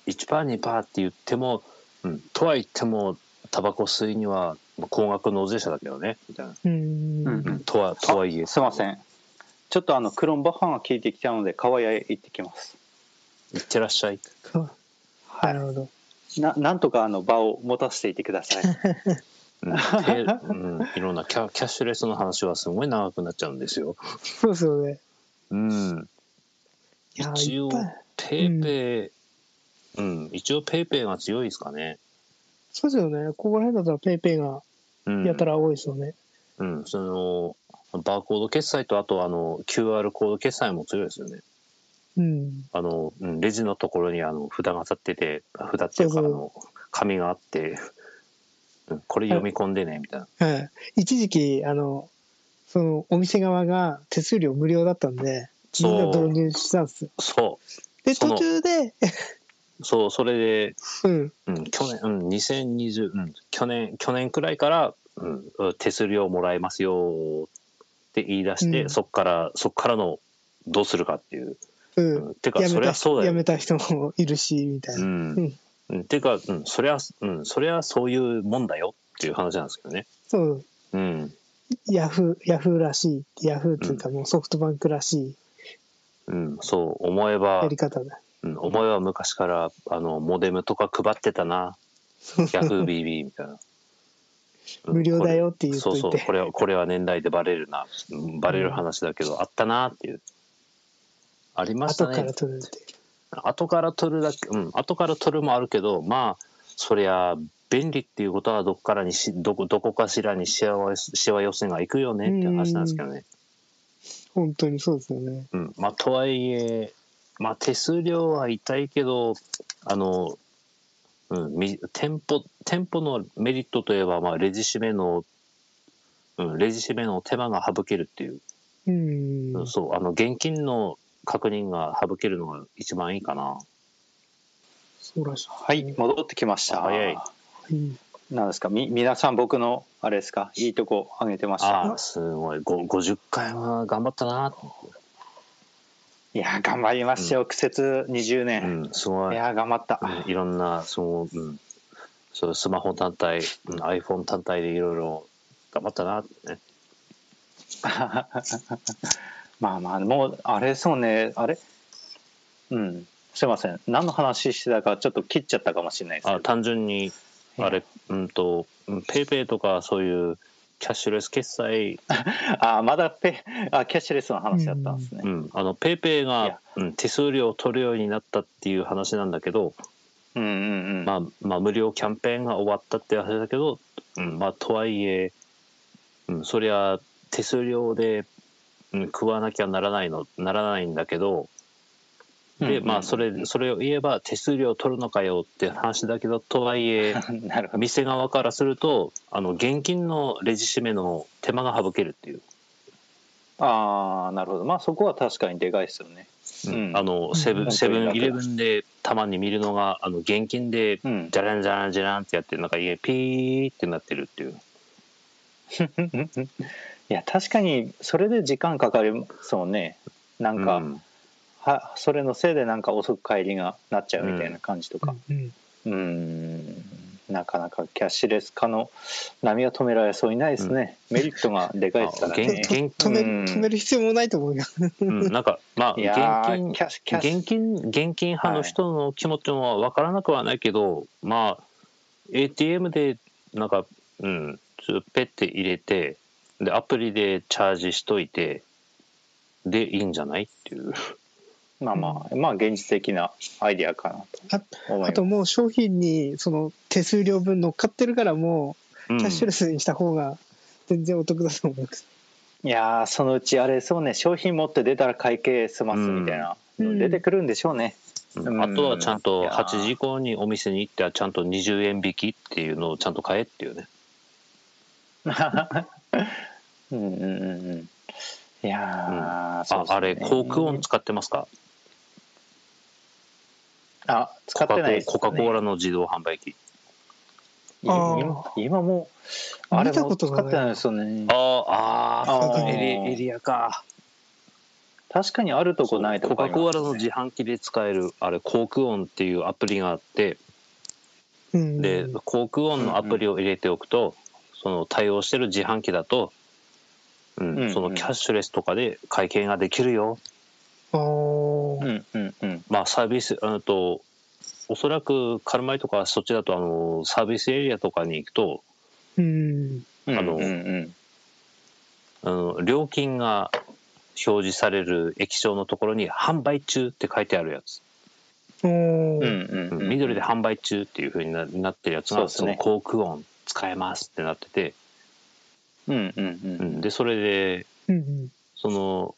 1%2%1%2% って言っても、うん、とは言ってもタバコ吸いにはまあ高額納税者だけどねみたいな、うん。うんうんとはとはいえあすいませんちょっとあのクロンバッハが聞いてきたので川屋へ行ってきますいってらっしゃいかなるほど。ななんとかあの場を持たせていてくださ いうんでうん、いろんなキャキャッシュレスの話はすごい長くなっちゃうんですよ。そうですよね。うん、いやー一応いっぱいペイペイ、うん、一応ペイペイが強いですかね。そうですよね。ここら辺だったらペイペイがうん、やたら多いですよね。うん、そのバーコード決済とあとあの QR コード決済も強いですよね。うん。あのうんレジのところにあの札が立ってて札っていうかそあうそうの紙があって、 うん、これ読み込んでねみたいな。はい。一時期、あの、そのお店側が手数料無料だったんで、みんな導そう入したんですよ。そで、その途中で、 うそうそれでうん。うん、去年、うん、2020、うん、去年、去年くらいから、うん、手数料もらえますよって言い出して、うんそっから、そっからの、どうするかっていう。う。うんん、てか、やそめりたゃそう人だやよ。めた人もいるし、みたいうな。ん。うん、てか、うん、そりゃ、うん、そりゃそういうもんだよっていう話なんですけどね。そう。うん。ヤフー、ヤフーらしい。ヤフーっていうかもうソフトバンクらしいうん、そう、思えばやり、方だ。うん、思えば昔から、あの、モデムとか配ってたな。ヤフー BB みたいな。うん無料だよって言っそとういそうてこ。れはこれは年代でバレるなうんバレる話だけど、あったなっていうありました後ねから取るって。後から取るだけうん後から取るもあるけどまあそりゃ便利っていうことはどこからにしどこどこかしらにしわしわ寄せがいくよねっていう話なんですけどね、本当にそうですよね。うんまあとはいえまあ手数料は痛いけどあのうん、み店舗店舗のメリットといえば、まあ、レジ締めの、うん、レジ締めの手間が省けるっていううん。うんそうあの現金の確認が省けるのが一番いいかなそうらしい。はい戻ってきました早いうん。なんですかみ皆さん僕のあれですかいいとこ上げてましたああすごいご50回は頑張ったないやー頑張りましたよ苦節20う年、んすごいい、やー頑張った、うんいろんなその、うん、そうスマホ単体、うん、iPhone 単体でいろいろ頑張ったなってねまあまあもうあれそうねあれうんすいません何の話してたかちょっと切っちゃったかもしれないですけあど単純にあれうんと PayPay とかそういうキャッシュレス決済、あまだペあキャッシュレスの話だったんですね、うん、あの PayPay いがや、うん、手数料を取るようになったっていう話なんだけど、うん、うんうんまあ、まあ無料キャンペーンが終わったって話だけど、うん、まあとはいえ、うん、そりゃ手数料で、うん、食わなきゃならないのならないんだけどで、まあそれそれを言えば手数料取るのかよって話だけどとはい えなるほど店側からするとあの現金のレジ締めの手間が省けるっていう、ああなるほどまあそこは確かにでかいですよねうんあのセブうんンセブンイレブンでたまに見るのがあの現金でうんじゃらんじゃらんじゃらんってやってなんか家ピーってなってるっていう。いや確かにそれで時間かかりそうねなんか、うんはそれのせいでなんか遅く帰りがなっちゃうみたいな感じとかうん。うんなかなかキャッシュレス化の波は止められそうにないですね、メリットがでかいですからね現金止めうんる、止める必要もないと思うよ。うん、なんかまいやあー現キャッシュキャ金ッシュ現金現金派の人の気持ちも分からなくはないけど、まあ ATM でなんかうんちょっとペッて入れてでアプリでチャージしといてでいいんじゃないっていうまあまあまあ現実的なアイディアかなあと思あいまともう商品にその手数料分乗っかってるからもううんキャッシュレスにした方が全然お得だと思います。すいやーそのうちあれそうね商品持って出たら会計済ますみたいな、うん出てくるんでしょうねうんあとはちゃんうんいとやー8時以降にお店に行ってはちゃんと20円引きっていうのをちゃんと買えっていうねうんうんうんうんいやー、ああれ航航空空音使ってますかあ使コっカてコないです、ね、コカ・コーラの自動販売機いあー今今もうあれ見たもこと使がなっいてないですよねあああああーエリエリアか確かにあるとこないとコこあカ・りますコーラの自販機で使えるあれコークオンっていうアプリがあってうん。でコークオンのアプリを入れておくとその対応してる自販機だとううんうんんそのキャッシュレスとかで会計ができるよあーうんうんうんまあサービスあとおそらくカルマイとかそっちだとあのサービスエリアとかに行くとうん。うんあのうんうんあの料金が表示される液晶のところに「販売中」って書いてあるやつ、おうんーうんうん緑で「販売中」っていうふうにななってるやつそうが「ですそねの航空音使えます」ってなってて、うんうんううんんでそれでうん。その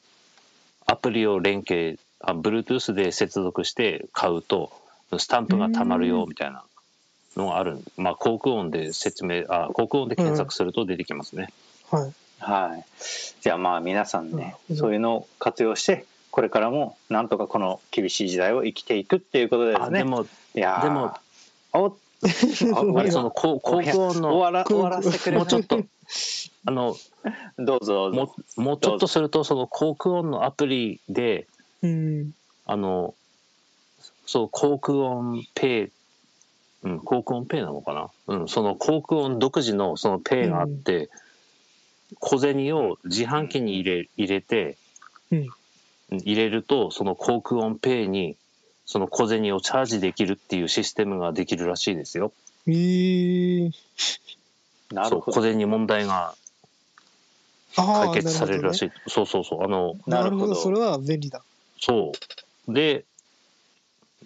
アプリを連携あ Bluetooth で接続して買うとスタンプがたまるよみたいなのがあるまあ航空音で説明あ航空音で検索すると出てきますね、はい。はいじゃあまあ皆さんねうんそういうのを活用してこれからもなんとかこの厳しい時代を生きていくっていうことですあねでもいやーでもおあ終わりその航航空音終のわら終わらせてくれなもういちょっとあのどうぞどうぞもうもうちょっとするとその航空音のアプリでうん。あのそう航空音ペイ、うん、航空音ペイなのかな、うん、その航空音独自のそのペイがあって、小銭を自販機に入れ入れて、うんうん入れるとその航空音ペイにその小銭をチャージできるっていうシステムができるらしいですよ。えー。なるほそどう小銭に問題がああ。解決されるらしい。い、そうそうそうあのななるるほほどど。それは便利だ。そう。で、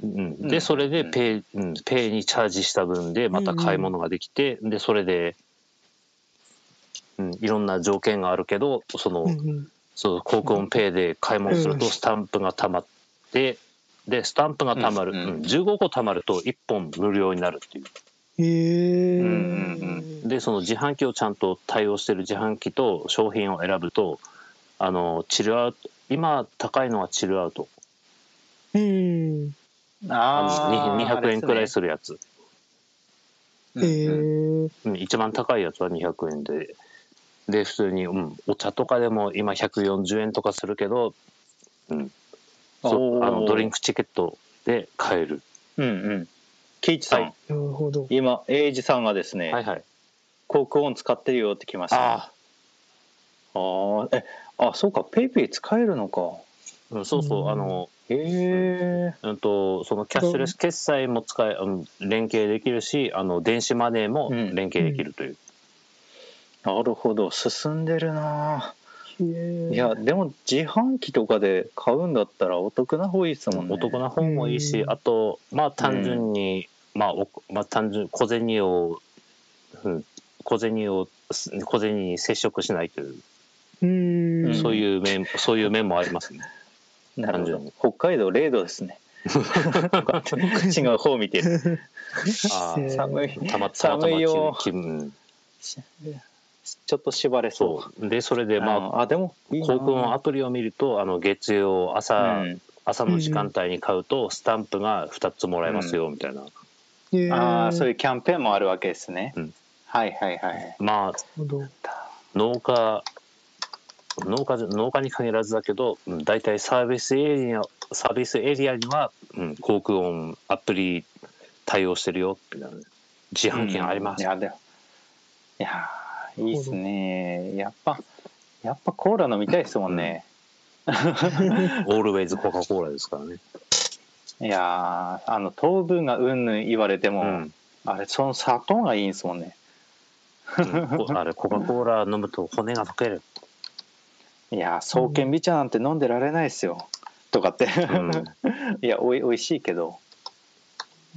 うん、うんで、それでペイ、うん、ペイにチャージした分で、また買い物ができて、で、それで、うん、いろんな条件があるけど、その、うんうん。その、コークオンペイで買い物すると、うんスタンプがたまって、で、スタンプがたまる、ううんんうん15個たまると1本無料になるっていう。えー。うんで、その自販機をちゃんと対応してる自販機と商品を選ぶと、あの、チルアウト、今高いのはチルアウト。うん。あのあー200円くらいするやつ。あえれですねうんうんー。うん、一番高いやつは200円でで普通に、うん、お茶とかでも今140円とかするけど、うん、そうおーあのドリンクチケットで買えるうんうんケイチさん、はいなるほど。今エイジさんがですね、はいはい航空音使ってるよって来ましたね、ああーえあそうかペイペイ使えるのかうん、そうそう、うんあの、へえうん、とそのキャッシュレス決済も使え、うん、連携できるしあの電子マネーもうん連携できるという、なるほど進んでるなえーいやでも自販機とかで買うんだったらお得な方がいいですもんねお得な方もいいし、うんあとまあ単純に、まあおまあ単純小銭を、うん、小銭をす小銭に接触しないといううん。そういう面、そういう面もありますね。なるほ単純どに北海道0度です ね 違う方 見てるあえー寒い たまたまた寒まいよ気分。ちょっと縛れそうそう。で、それで、まああでもあ、航空音あアプリを見ると、あの、月曜朝、朝の時間帯に買うと、スタンプが2つもらえますよ、みたいな。えー。ああそうれ。いうキャンペーンもあるわけですね、うんはいはいはいまあ、なるほど。農家、農家じゃ、農家に限らずだけど、うん、大体サービスエリア、サービスエリアには、うん、航空音アプリ対応してるよ、みたいな。自販機がありますい。やでもいやーいいですねやっぱやっぱコーラ飲みたいですもんね、オールウェイズコカ・コーラですからね。いやーあの糖分がうんぬん言われても、うん。あれその砂糖がいいんですもんねうんこあれコカ・コーラ飲むと骨が溶ける、いやー爽健美茶なんて飲んでられないですよとかって、うん、 いやおいおいしいけど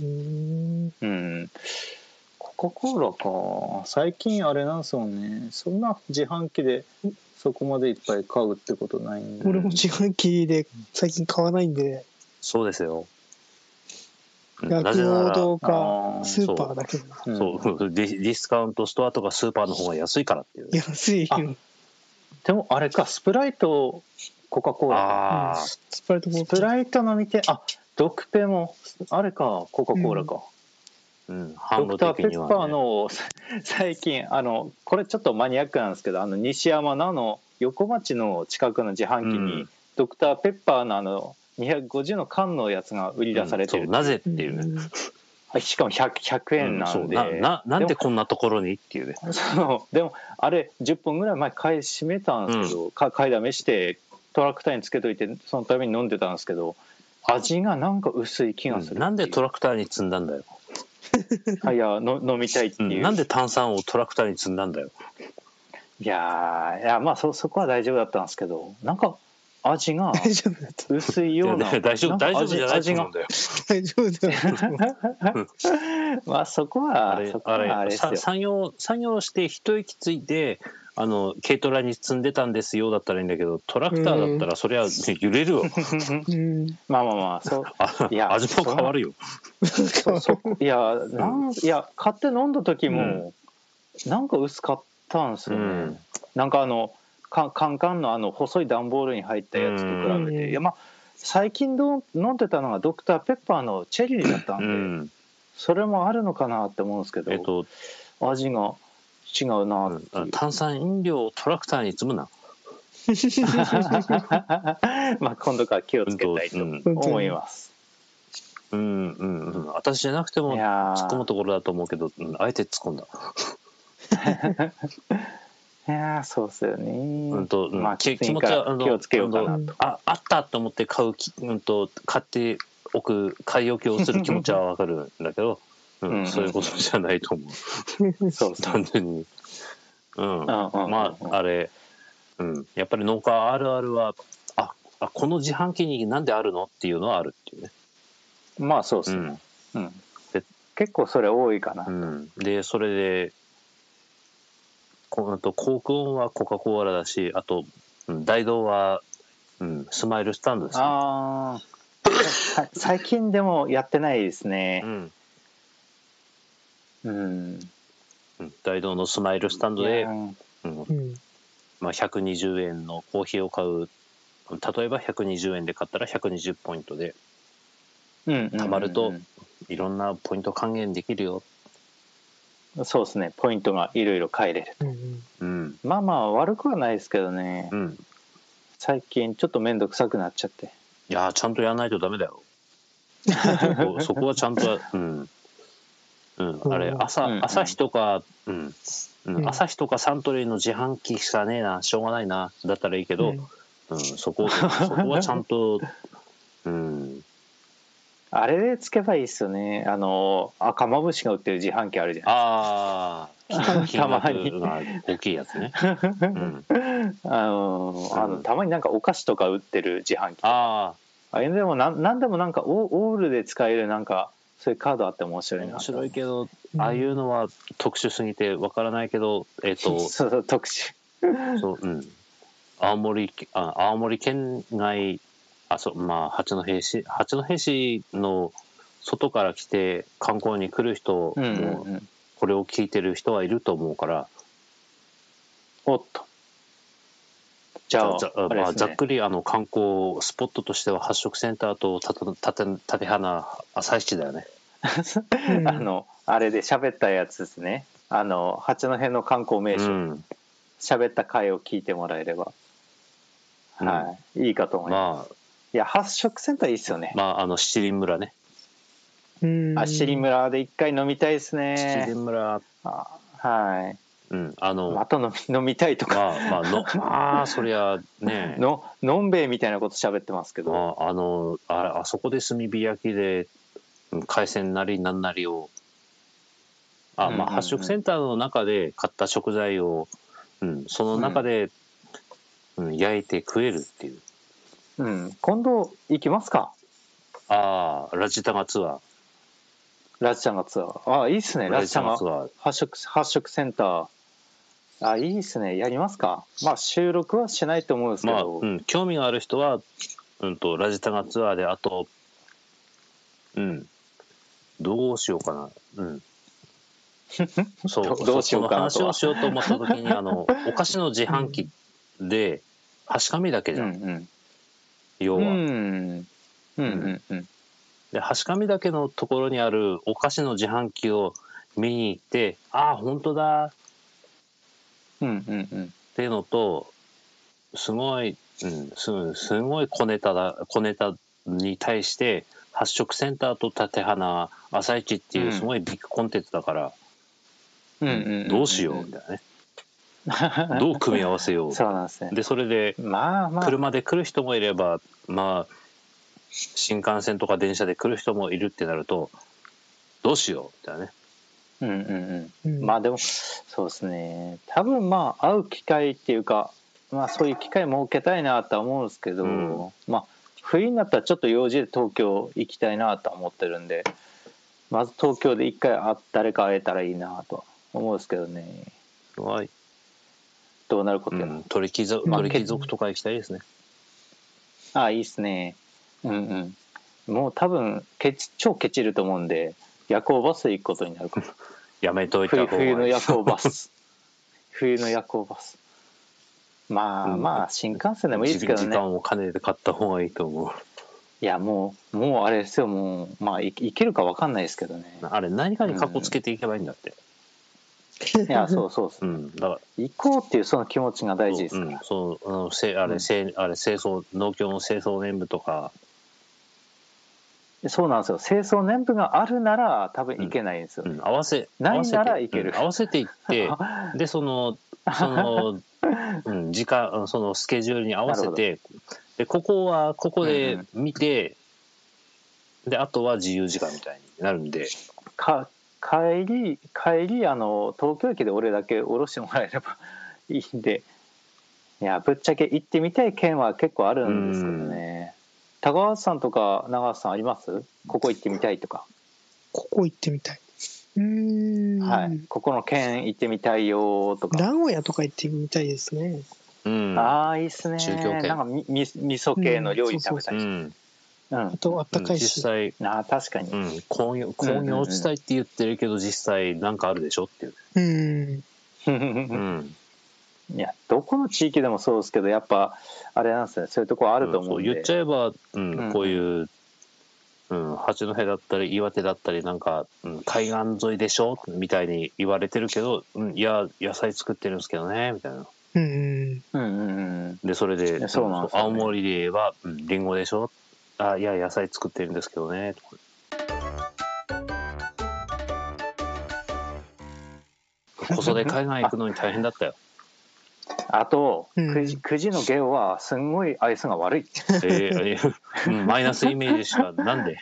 うん。うんコカ・コーラか最近あれなんですよねそんな自販機でそこまでいっぱい買うってことないんで俺も自販機で最近買わないんで、そうですようんな薬ぜな王らそ堂かあースーパーだけだな。うんうディディスカウントストアとかスーパーの方が安いからっていう安いよ。でもあれかスプライトコカ・コーラかああスプライトボーストプライト飲みてえあドクペもあれかコカ・コーラか、うん、販ド路クター的ペにッは、パーね。のさ最近あのこれちょっとマニアックなんですけどあの西山のあの横町の近くの自販機に、うんドクターペッパーのあの250の缶のやつが売り出されてる、うんそうなぜっていうね。あしかも 100, 100円なそうので、なななんでこんなところにっていうねそうでもあれ10分ぐらい前買い占めたんですけど、か買いだめしてトラクターにつけといてそのために飲んでたんですけど味がなんか薄い気がする、うんなんでトラクターに積んだんだよ、あいやの飲みたいってういう、んなんで炭酸をトラクターに積んだんだよいやーいやまあそそこは大丈夫だったんですけどなんか味が大丈夫だった。薄い いよやうなね大丈夫んか大丈夫味じゃないと味思うがんだよ大丈夫だった。まあそこはあれそこはあれあれですよさ産業産業して一息ついてあの軽トラに積んでたんですよだったらいいんだけどトラクターだったらそりゃ、ね、揺れるようん。まあまあまあそうあいや 味も変わるよそうそ こいやなんいや買って飲んだ時も、なんか薄かったんですよね、うんなんかあのカカンカンのあの細い段ボールに入ったやつと比べて、うんいやまあ最近ど飲んでたのがドクターペッパーのチェリーだったんうで、んそれもあるのかなって思うんですけど、えっと、味が違うなうっんていう、炭酸飲料をトラクターに積むな、 まあ今度から気をつけたいとうん思います、うんうんうん、私じゃなくてもい突やっ込むーところだと思うけど、うんあえて突っ込んだ、いやーそうですよね、うんとうんまあききつ気い持かちらはあの気をつけようかなあのああったと思って買うき、うん、と買っておく買い置きをする気持ちはわかるんだ けど、ううんうんん、そういうことじゃないと思 うそうですね単純に。うん、ままああれ、うん、やっぱり農家あるあるはああこの自販機になんであるのっていうのはあるっていうね。まあそうでうすね、んうんで結構それ多いかな、うん、でそれでこあとコークオンはコカ・コーラだしあとうん大道は、うん、スマイルスタンドですね。ああ最近でもやってないですねうんうんうん大道のスマイルスタンドいでや、ーうんうん。まあ、120円のコーヒーを買う例えば120円で買ったら120ポイントでうんうんうんうんたまるといろんなポイント還元できるよ、そうですねポイントがいろいろ変えれるうん。うんまあまあ悪くはないですけどね、うん、最近ちょっと面倒くさくなっちゃっていやーちゃんとやらないとダメだ よそこそこはちゃんとうん、うん、あれ朝、うんうん朝日とか、うんうんうん朝日とかサントリーの自販機しかねえなしょうがないなだったらいいけど、うんそこそこはちゃんと、うん、あれでつけばいいっすよねあの赤まぶしが売ってる自販機あるじゃないあ あ金たまに額が大きいやつね、うん、あのあのうんたまになんかお菓子とか売ってる自販機ああれでもなんなんでもなんかオオールで使えるなんかそういうカードあって面あ白いな面と白いけどああいうのは特殊すぎてわからないけどえっ、とそうそう特殊そう、うん。青森、あ青森県外、あ、そう、まあ、八戸市、八戸市の外から来て観光に来る人うんうんも、うんこれを聞いてる人はいると思うから、おっとじゃあざざあれまであ、すねざっくりあの観光スポットとしては発色センターと立て立て立花朝市だよね。うんあのあれで喋ったやつですねあの八戸の観光名う所ん、喋、った回を聞いてもらえれば、うんはいいいかと思います、まあいや発色センターいいっすよね、まああの七輪村ね。うん。あ七里村で一回飲みたいです七ね輪村、あはいうん、あの、また飲み飲みたいとか、まあま あのまあそりゃね。ののんべえみたいなこと喋ってますけどまあ、あのああそこで炭火焼きでうん海鮮なりなんなりをあ、うんうんまうんあ、発色センターの中で買った食材を、うん、その中で、うん、焼いて食えるっていううん、今度行きますかああラジタガツアラジちゃんがツアーあいいっすねーラジちゃんがツアー発色発色センターあいいっすねやりますかまあ収録はしないと思うんですけまあ、ど、うん、興味がある人は、うん、とラジタガツアーであとうんどうしようかな うんそうどそうどうしようかなとその話はをしようと思った時にあのお菓子の自販機で端紙だけじうゃん、ん要うんうは、んうんうんうんで橋上岳のところにあるお菓子の自販機を見に行ってああ本当だうんうんうんっていうのとすごい、うん、すすごい小ネタだ小ネタに対して発色センターと縦花朝市っていううんすごいビッグコンテンツだから、うんうんんどう しようみたいなね、どう組み合わせようそうなんですねでそれでまあまあ車で来る人もいればまあ新幹線とか電車で来る人もいるってなるとどうしようみたいなねうんうんうんうんまあでもそうですね多分まあ会う機会っていうかまあそういう機会設けたいなとは思うんですけど、うんまあ冬になったらちょっと用事で東京行きたいなとは思ってるんでまず東京で一回あ誰か会えたらいいなとは思うんですけどねすごい、どうなることうやら、ん、鳥貴族まあ鳥貴族とか行きたいですねああいいっすねうんうんもう多分ケチ超ケチると思うんで夜行バスで行くことになるかもやめとい冬た方がいい冬の夜行バス 冬の夜行バスまあ、うんまあ新幹線でもいいですけど時ね間を兼ねて買った方がいいと思ういやもうもうあれですよもうまあいいけるかわかんないですけどねあれ何かにカッコつけていけばいいんだって、いやそうそうそううんだから行こうっていうその気持ちが大事ですそうかうんら、そうあのせあれ、うんせあれ清掃農協の清掃年部とかそうなんですよ清掃年分があるなら多分行けないんですよ、うねん合わせない合わせてならいけるうん合わせていって でそのその、うん、時間あのそのスケジュールに合わせてでここはここで見て、であとは自由時間みたいになるんでか帰り帰りあの東京駅で俺だけ降ろしてもらえればいいんでいやぶっちゃけ行ってみたい県は結構あるんですけどね高橋さんとか長橋さんありますここ行ってみたいとか、ここ行ってみたい。うーん。はいここの県行ってみたいよとか名古屋とか行ってみたいですね。うんああいいっすね中京圏なんかみみ味噌系の料理食べたうりしてん、うんあとあったかい実し。際、ああ確かに、うん、工業工業地帯って言ってるけど実際なんかあるでしょっていう、うん。うん、 いやどこの地域でもそうですけどやっぱあれなんですねそういうとこあると思うんで、そう言っちゃえば、うんうんこういう、うん、八戸だったり岩手だったりなんか、うん、海岸沿いでしょみたいに言われてるけど、うん、いや野菜作ってるんですけどねみたいなうん。うんうんうんでそれで、いやそうなんですよね青森で言えば、うん、リンゴでしょあいや野菜作ってるんですけどねとかこそで海外行くのに大変だったよ。あと、うんくじくじのゲオはすんごい愛想が悪 いえーえーうんマイナスイメージしかなん で。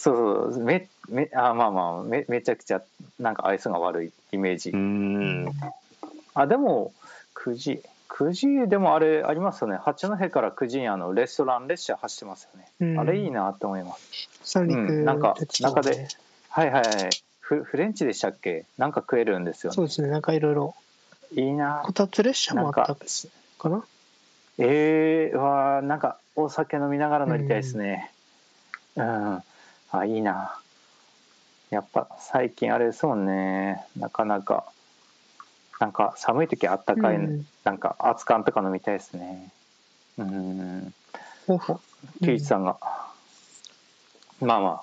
そうそうめめあまあまあめめちゃくちゃなんか愛想が悪いイメージ、うん。あでもくじくじでもあれありますよね八戸からくじにあのレストラン列車走ってますよね、うんあれいいなと思います三陸、うんなんか出てきたね中で。はいはいはいフフレンチでしたっけなんか食えるんですよそうねですね。なんかいろいろ。いいなこたつ列車もあったんです。かな。えー、うわーなんかお酒飲みながら乗りたいですねうん、あいいなやっぱ最近あれですもんねなかなかなんか寒い時あったかい、うんなんか熱燗とか飲みたいですねうんオフ。喜一さんが、まあまあ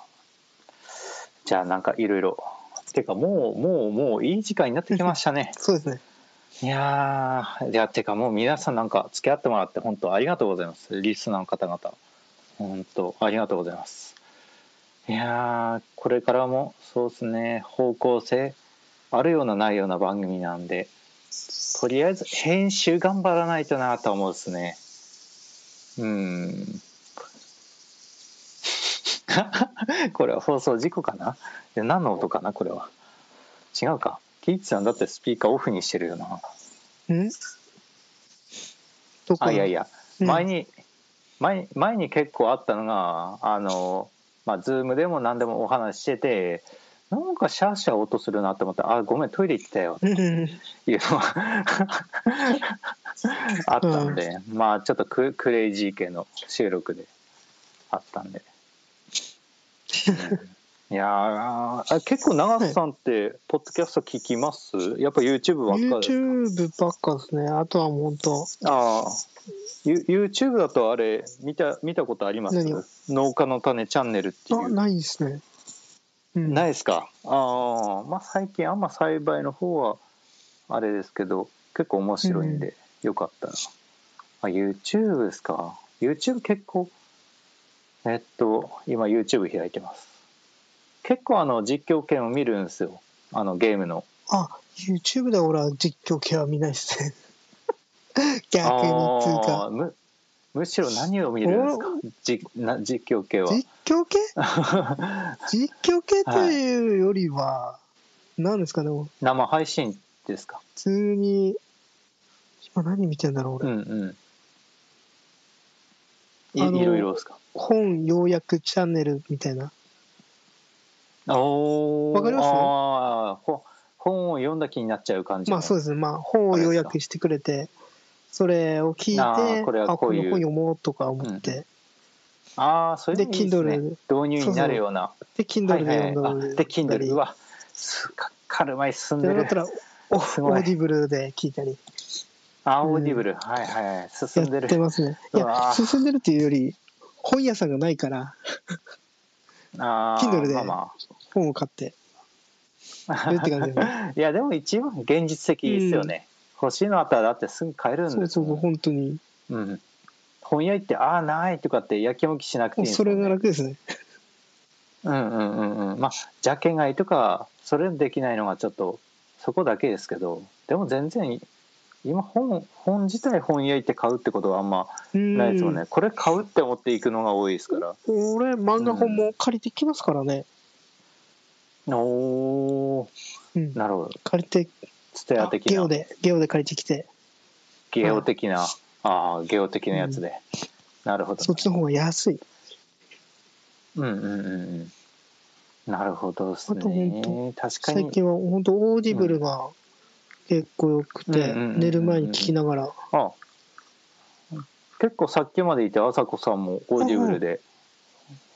じゃあなんかいろいろてかもうもうもういい時間になってきましたねそうですね。いやーいやてかもう皆さんなんか付き合ってもらって本当ありがとうございますリスナーの方々本当ありがとうございますいやーこれからもそうですね方向性あるようなないような番組なんでとりあえず編集頑張らないとなとは思うですねうん これは放送事故かないや何の音かなこれは違うかキイチさんだってスピーカーオフにしてるよなうん。どこあだいやいや、うん前に前に前に結構あったのがあのまあズームでも何でもお話ししててなんかシャーシャー音するなと思ったあごめんトイレ行ってたようんうんっていうのは あったんで、まあちょっとククレイジー系の収録であったんで、うんいや ーあ結構長瀬さんってポッドキャスト聞きますやっぱ YouTube ばっかです YouTube ばっかですね。あとはもう本当、ああ YouTube だとあれ見た見たことあります何を農家の種チャンネルっていあ、うないですね。うんないですかああまあ最近あんま栽培の方はあれですけど結構面白いんで、よかったらあ YouTube ですか YouTube 結構えっと今 YouTube 開いてます結構あの実況系を見るんですよあのゲームのあ、YouTube で俺は実況系は見ないですね。 あ逆につうかー。むむしろ何を見るんですかじな実況系 は実況系実況系というよりは、何ですかね、普生配信ですか通に、今何見てんだろうう、俺。んうんあのいいろいろですか本要約チャンネルみたいな。おーわかりますあーほ本を読んだ気になっちゃう感じの。まあそううですね、まあ本を要約してくれて、それを聞いて、あーこれはこういうあの本読もうとか思って、ああ、それでで、いいですね。 Kindle 導入になるような。で、Kindle ではいはい読んだはいり。あで、Kindle。うわ、すかカルマイ進んででだるった。ら、オオすごいーディブルで聞いたりあー、うんオーディブル。はいはいはい。進やんでってる。ますね。いうやわ、ー進んでるっていうより、本屋さんがないから、あー Kindle でまあま本を 買って、るって感じですね。あ。いや、でも一番現実的ですよね。欲しいのあったらだってすぐ買えるんそうですそもうんそう、本当に。うん。本屋行って、ああ、ないとかってやきもきしなくてもいういんですそもれんねが楽ですね。うんうんうんうんまあジャケ買いとかそれできないのがちょっとそこだけですけどでも全然今本本自体本屋行って買うってことはあんまないですもんね、これ買うって思って行くのが多いですからうん。俺、漫画本も借りてきますからね。おおうん。なるほど借りて、ツタヤあ的なゲオで、ゲオで借りてきて、ゲオ的な、ああゲオ的なやつで、なるほどね、そっちの方が安い。うんうんうんうんなるほどですあとほんねと確かに最近は本当オーディブルが結構良くて、うんうんうんうん寝る前に聞きながら、あ結構さっきまでいて朝子さんもオーディブルで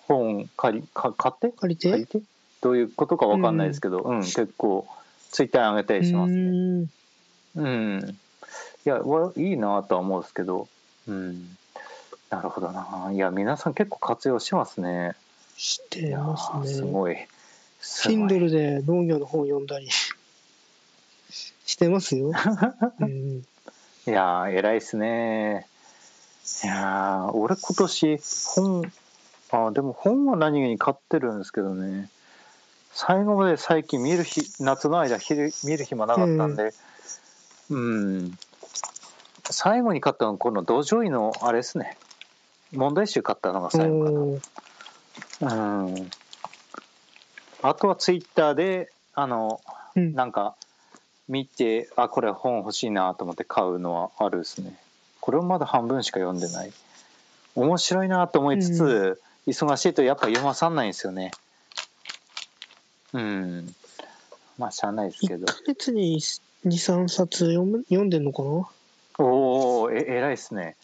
本借りか買って借りて。借りてどういうことかわかんないですけど、うん結構ツイッターに上げたりしますねうーんうん、いやわいいなとは思うんですけどうんなるほどないや皆さん結構活用しますねしていやまーすすね。ごいすごい Kindle で農業の本読ん だりしてますよ。うん、いやー偉いっすねいやー俺今年本あーでも本は何気に買ってるんですけどね最後まで最近見る日夏の間昼見る暇なかったんでうん最後に買ったのはこの土壌医のあれですね問題集買ったのが最後かなおーうんあとはツイッターであのうんなんか見てあこれ本欲しいなと思って買うのはあるですねこれもまだ半分しか読んでない面白いなと思いつつ、忙しいとやっぱ読まさんないんですよねうんまあしゃあないですけ1どヶ月に2、3冊読む読んでんのかなおおえ偉いですね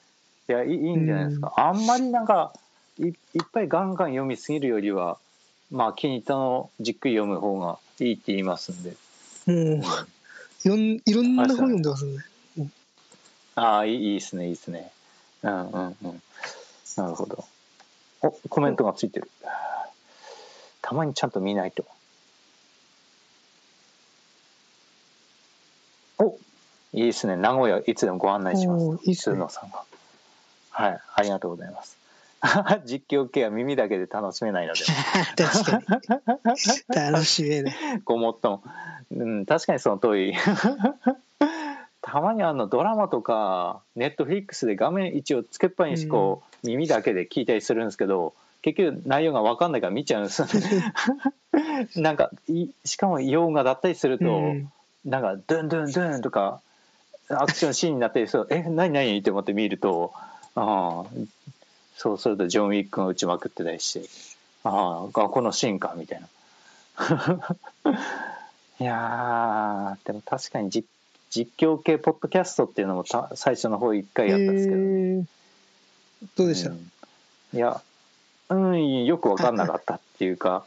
いやいいいいんじゃないですか、あんまりなんかいいっぱいガンガン読みすぎるよりはまあ気に入ったのをじっくり読む方がいいって言いますんでもう、 よんいろんな本読んでますね。ああいいいいですねいいですねうんうんうんなるほどおコメントがついてるたまにちゃんと見ないとおいいですね名古屋いつでもご案内しますおーいいっすね鈴野さんがはいありがとうございます 実況系は耳だけで楽しめないので確か に。楽しみね。ごもっとも、うん、確かにその通り たまにあのドラマとかネットフリックスで画面一応つけっぱにしこう、耳だけで聞いたりするんですけど結局内容が分かんないから見ちゃうんですよね なんかいしかも洋画だったりすると、うんなんかドゥンドゥンドゥンとかアクションシーンになったりするとえ何何って思って見るとああそうするとジョン・ウィックが打ちまくってたりしてあああこのシーンかみたいな いやーでも確かに実実況系ポッドキャストっていうのもた最初の方一回やったんですけど、えーどうでした、んいやうんよく分かんなかったっていうか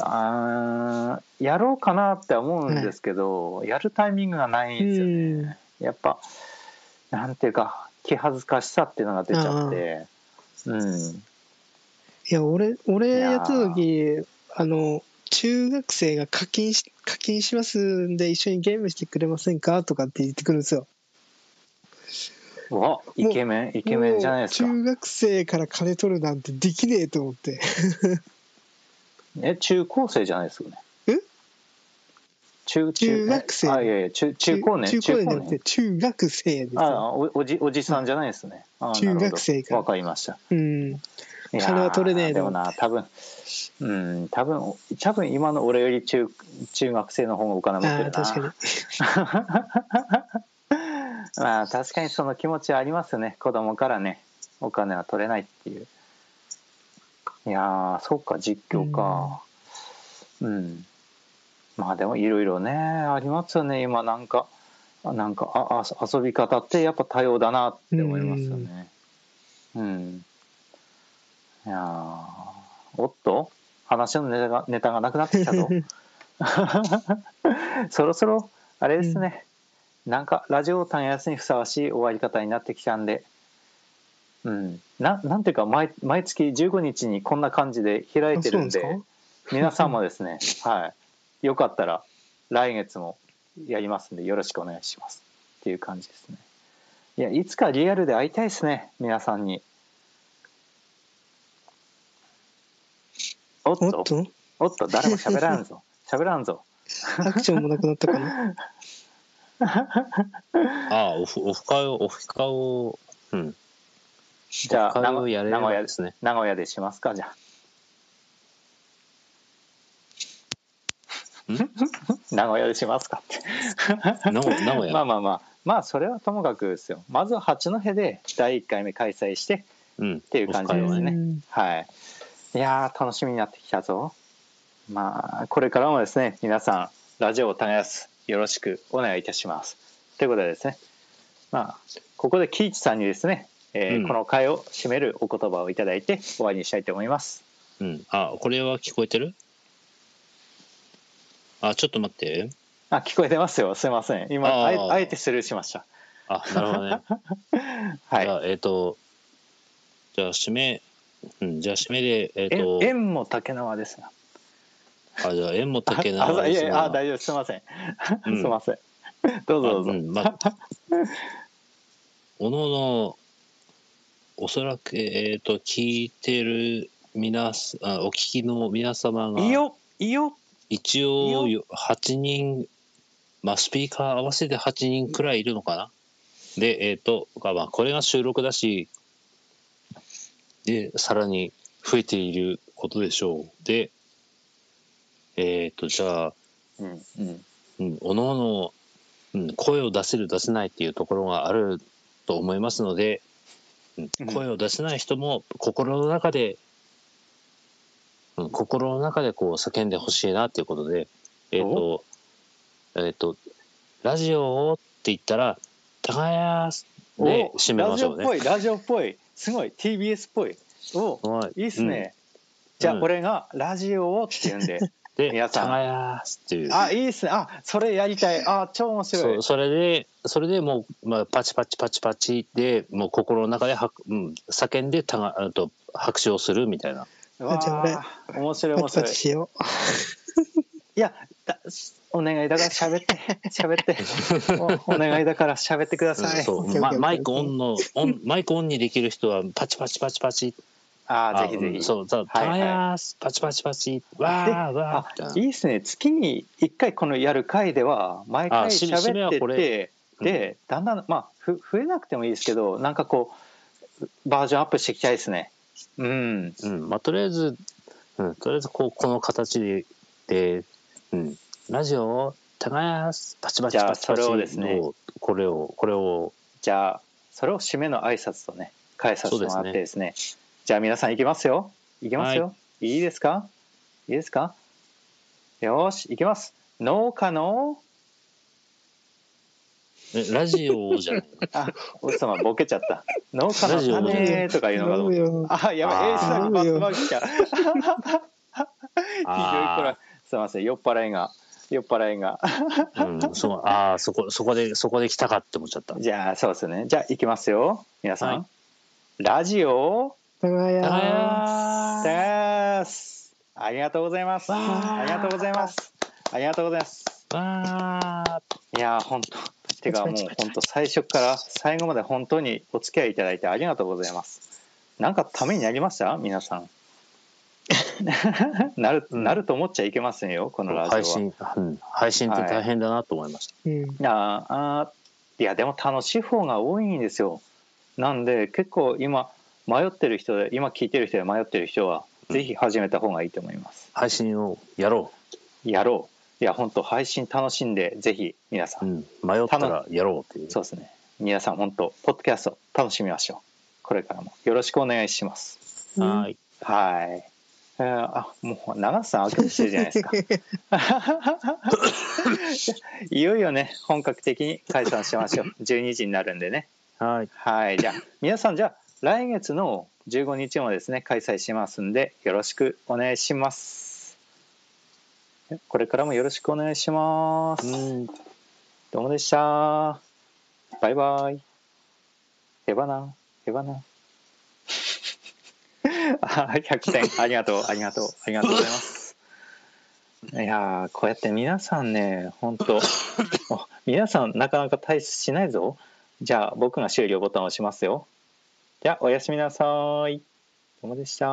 あーやろうかなって思うんですけど、やるタイミングがないんですよね、ん。やっぱなんていうか気恥ずかしさっていうのが出ちゃってうんいや、俺、俺やった時、あの、中学生が課金し、課金しますんで一緒にゲームしてくれませんかとかって言ってくるんですよ。うわイケメンイケメンじゃないですかもう中学生から金取るなんてできねえと思って。え中高生じゃないですよねえ中中学生えあいやいや中中高年中中高年じゃ中な高くて中学生ですあよ。おおじおじさんじゃないですね、あ中学生かからわかりましたうん。いやー金は取れねえでとも思っな多分うん多分多分今の俺より中中学生の方がお金持ってあるあ、な確かに。まあ確かにその気持ちはありますよね子供からねお金は取れないっていういやーそうか実況かうん、まあでもいろいろねありますよね今なんかあなんかああ遊び方ってやっぱ多様だなって思いますよねうん、いやーおっと話のネタがネタがなくなってきたぞ そろそろあれですね、なんかラジオ単安にふさわしい終わり方になってきたんで、うん、ななんていうか毎毎月15日にこんな感じで開いてるん あそうなでん皆さんもですね、 はい、よかったら来月もやりますんでよろしくお願いしますっていう感じですねいやいつかリアルで会いたいですね皆さんにおっおっと とおっと誰も喋らんぞ喋らんぞアクションもなくなったか な。ああ、オフ、オフ会を、オフ会を、うん。じゃあオフ名会を古やれ名れ古ば屋でですね。名古屋でしますかじゃあん。 名古屋でしますかって名古屋、名古 まあ屋。まあまあまあそれはともかくですよまずは八戸で第1回目開催してうん。っていう感じですねうんはいいやー楽しみになってきたぞまあこれからもですね皆さんラジオを耕すよろしくお願いいたしますということでですねまあここで喜一さんにですね、えーうんこの会を締めるお言葉をいただいて終わりにしたいと思いますうん。あ、これは聞こえてるあ、ちょっと待って。あ聞こえてますよすいません今あえあーあえてスルーしました あ、なるほどね。はじゃいあ、えっ、と、じゃあ、締め、うん、じゃあ、締めで、えっ、えと、縁も竹縄ですがあ、じゃあ、縁も竹あ縄あいですやいやあが。大丈夫すいません、うん すいませんどうぞどうぞ、あ んま、おのおの、おそらく、えっ、と、聞いてる皆す、あお聞きの皆様が、いいよいいよ一応よ8人、まあ、スピーカー合わせて8人くらいいるのかなでえっ、と、まあ、これが収録だしでさらに増えていることでしょうでえっ、とじゃあ、うんうんうん、おのおの、うん、声を出せる出せないっていうところがあると思いますので、うんうん声を出せない人も心の中で、うん、心の中でこう叫んでほしいなっていうことでえっ、とえっ、とラジオをって言ったら「耕す」でお締めましょうラジオっぽね。いラジオっぽいすごい TBS っぽいおすごいいいっすね、じゃあ、うん俺がラジオをって言うん でで皆「さん耕す」っていうあいいっすねあそれやりたいあ超面白いそうそれでそれでもう、まあ、パチパチパチパチでもう心の中では、うん、叫んでたがあと拍手をするみたいなうわじゃあー面白い面パチ白パ いチしよいやだお願いだから喋って 喋っ ておお願いだから喋ってください、そオッうケーまオッケーマイクオンのオンマイクオンにできる人はパチパチパチパチああぜひぜひ、うんそうそう「はいはいたやすパチパチパチわーわあー」みたいないいですね月に1回このやる回では毎あ回し締め喋っはてこてでだんだんまあふ増えなくてもいいですけどなんかこうバージョンアップしていきたいですねうんうんまあ、とりあえず、うん、とりあえずこうこの形でで、うん、ラジオを「たやすパチパチパチパチ」じゃあそれをですねをこれをこれをじゃあそれを締めの挨拶とね変えさせてもらってですねじゃあ皆さんいきますよいきますよ、い、いですかいいですかよーしいきます農家のえラジオじゃない あおじさまボケちゃ った農家ラジオのじゃない種とかう。いうのが頼むよあやばいあー A さんがバックバック来たひどいこらすいません酔っ払いが酔っ払いがうん、そうああそこそこでそこで来たかって思っちゃったじゃあそうですねじゃあ行きますよ皆さん、はラジオ耕す。ですありがとうございますわーありがとうございますありがとうございますああいやー本当てかもう本当最初から最後まで本当にお付き合いいただいてありがとうございますなんかためになりました皆さ んなるなると思っちゃいけませんよこのラジオは配信、うん、配信って大変だなと思いました、うん。あーあーいやでも楽しい方が多いんですよなんで結構今迷ってる人で今聞いてる人で迷ってる人はうんぜひ始めた方がいいと思います、配信をやろやろういや本当配信楽しんでぜひ皆さ、う、うんん、迷ったらやろうっていうそうですね皆さん本当ポッドキャスト楽しみましょうこれからもよろしくお願いしますはーいはいえーあもう長瀬さんあけてきてるじゃないですか いよいよね本格的に解散しましょう12時になるんでねはいはい、じゃあ皆さんじゃあ来月の15日もですね開催しますんでよろしくお願いします。これからもよろしくお願いします。うんどうもでした。バイバイ。へばな、へばな。 あー、100点、ありがとう、ありがとう、ありがとうございます。いやー、こうやって皆さんね、本当皆さんなかなか退出しないぞ。じゃあ、僕が終了ボタンを押しますよ。じゃあ、おやすみなさい。どうもでした。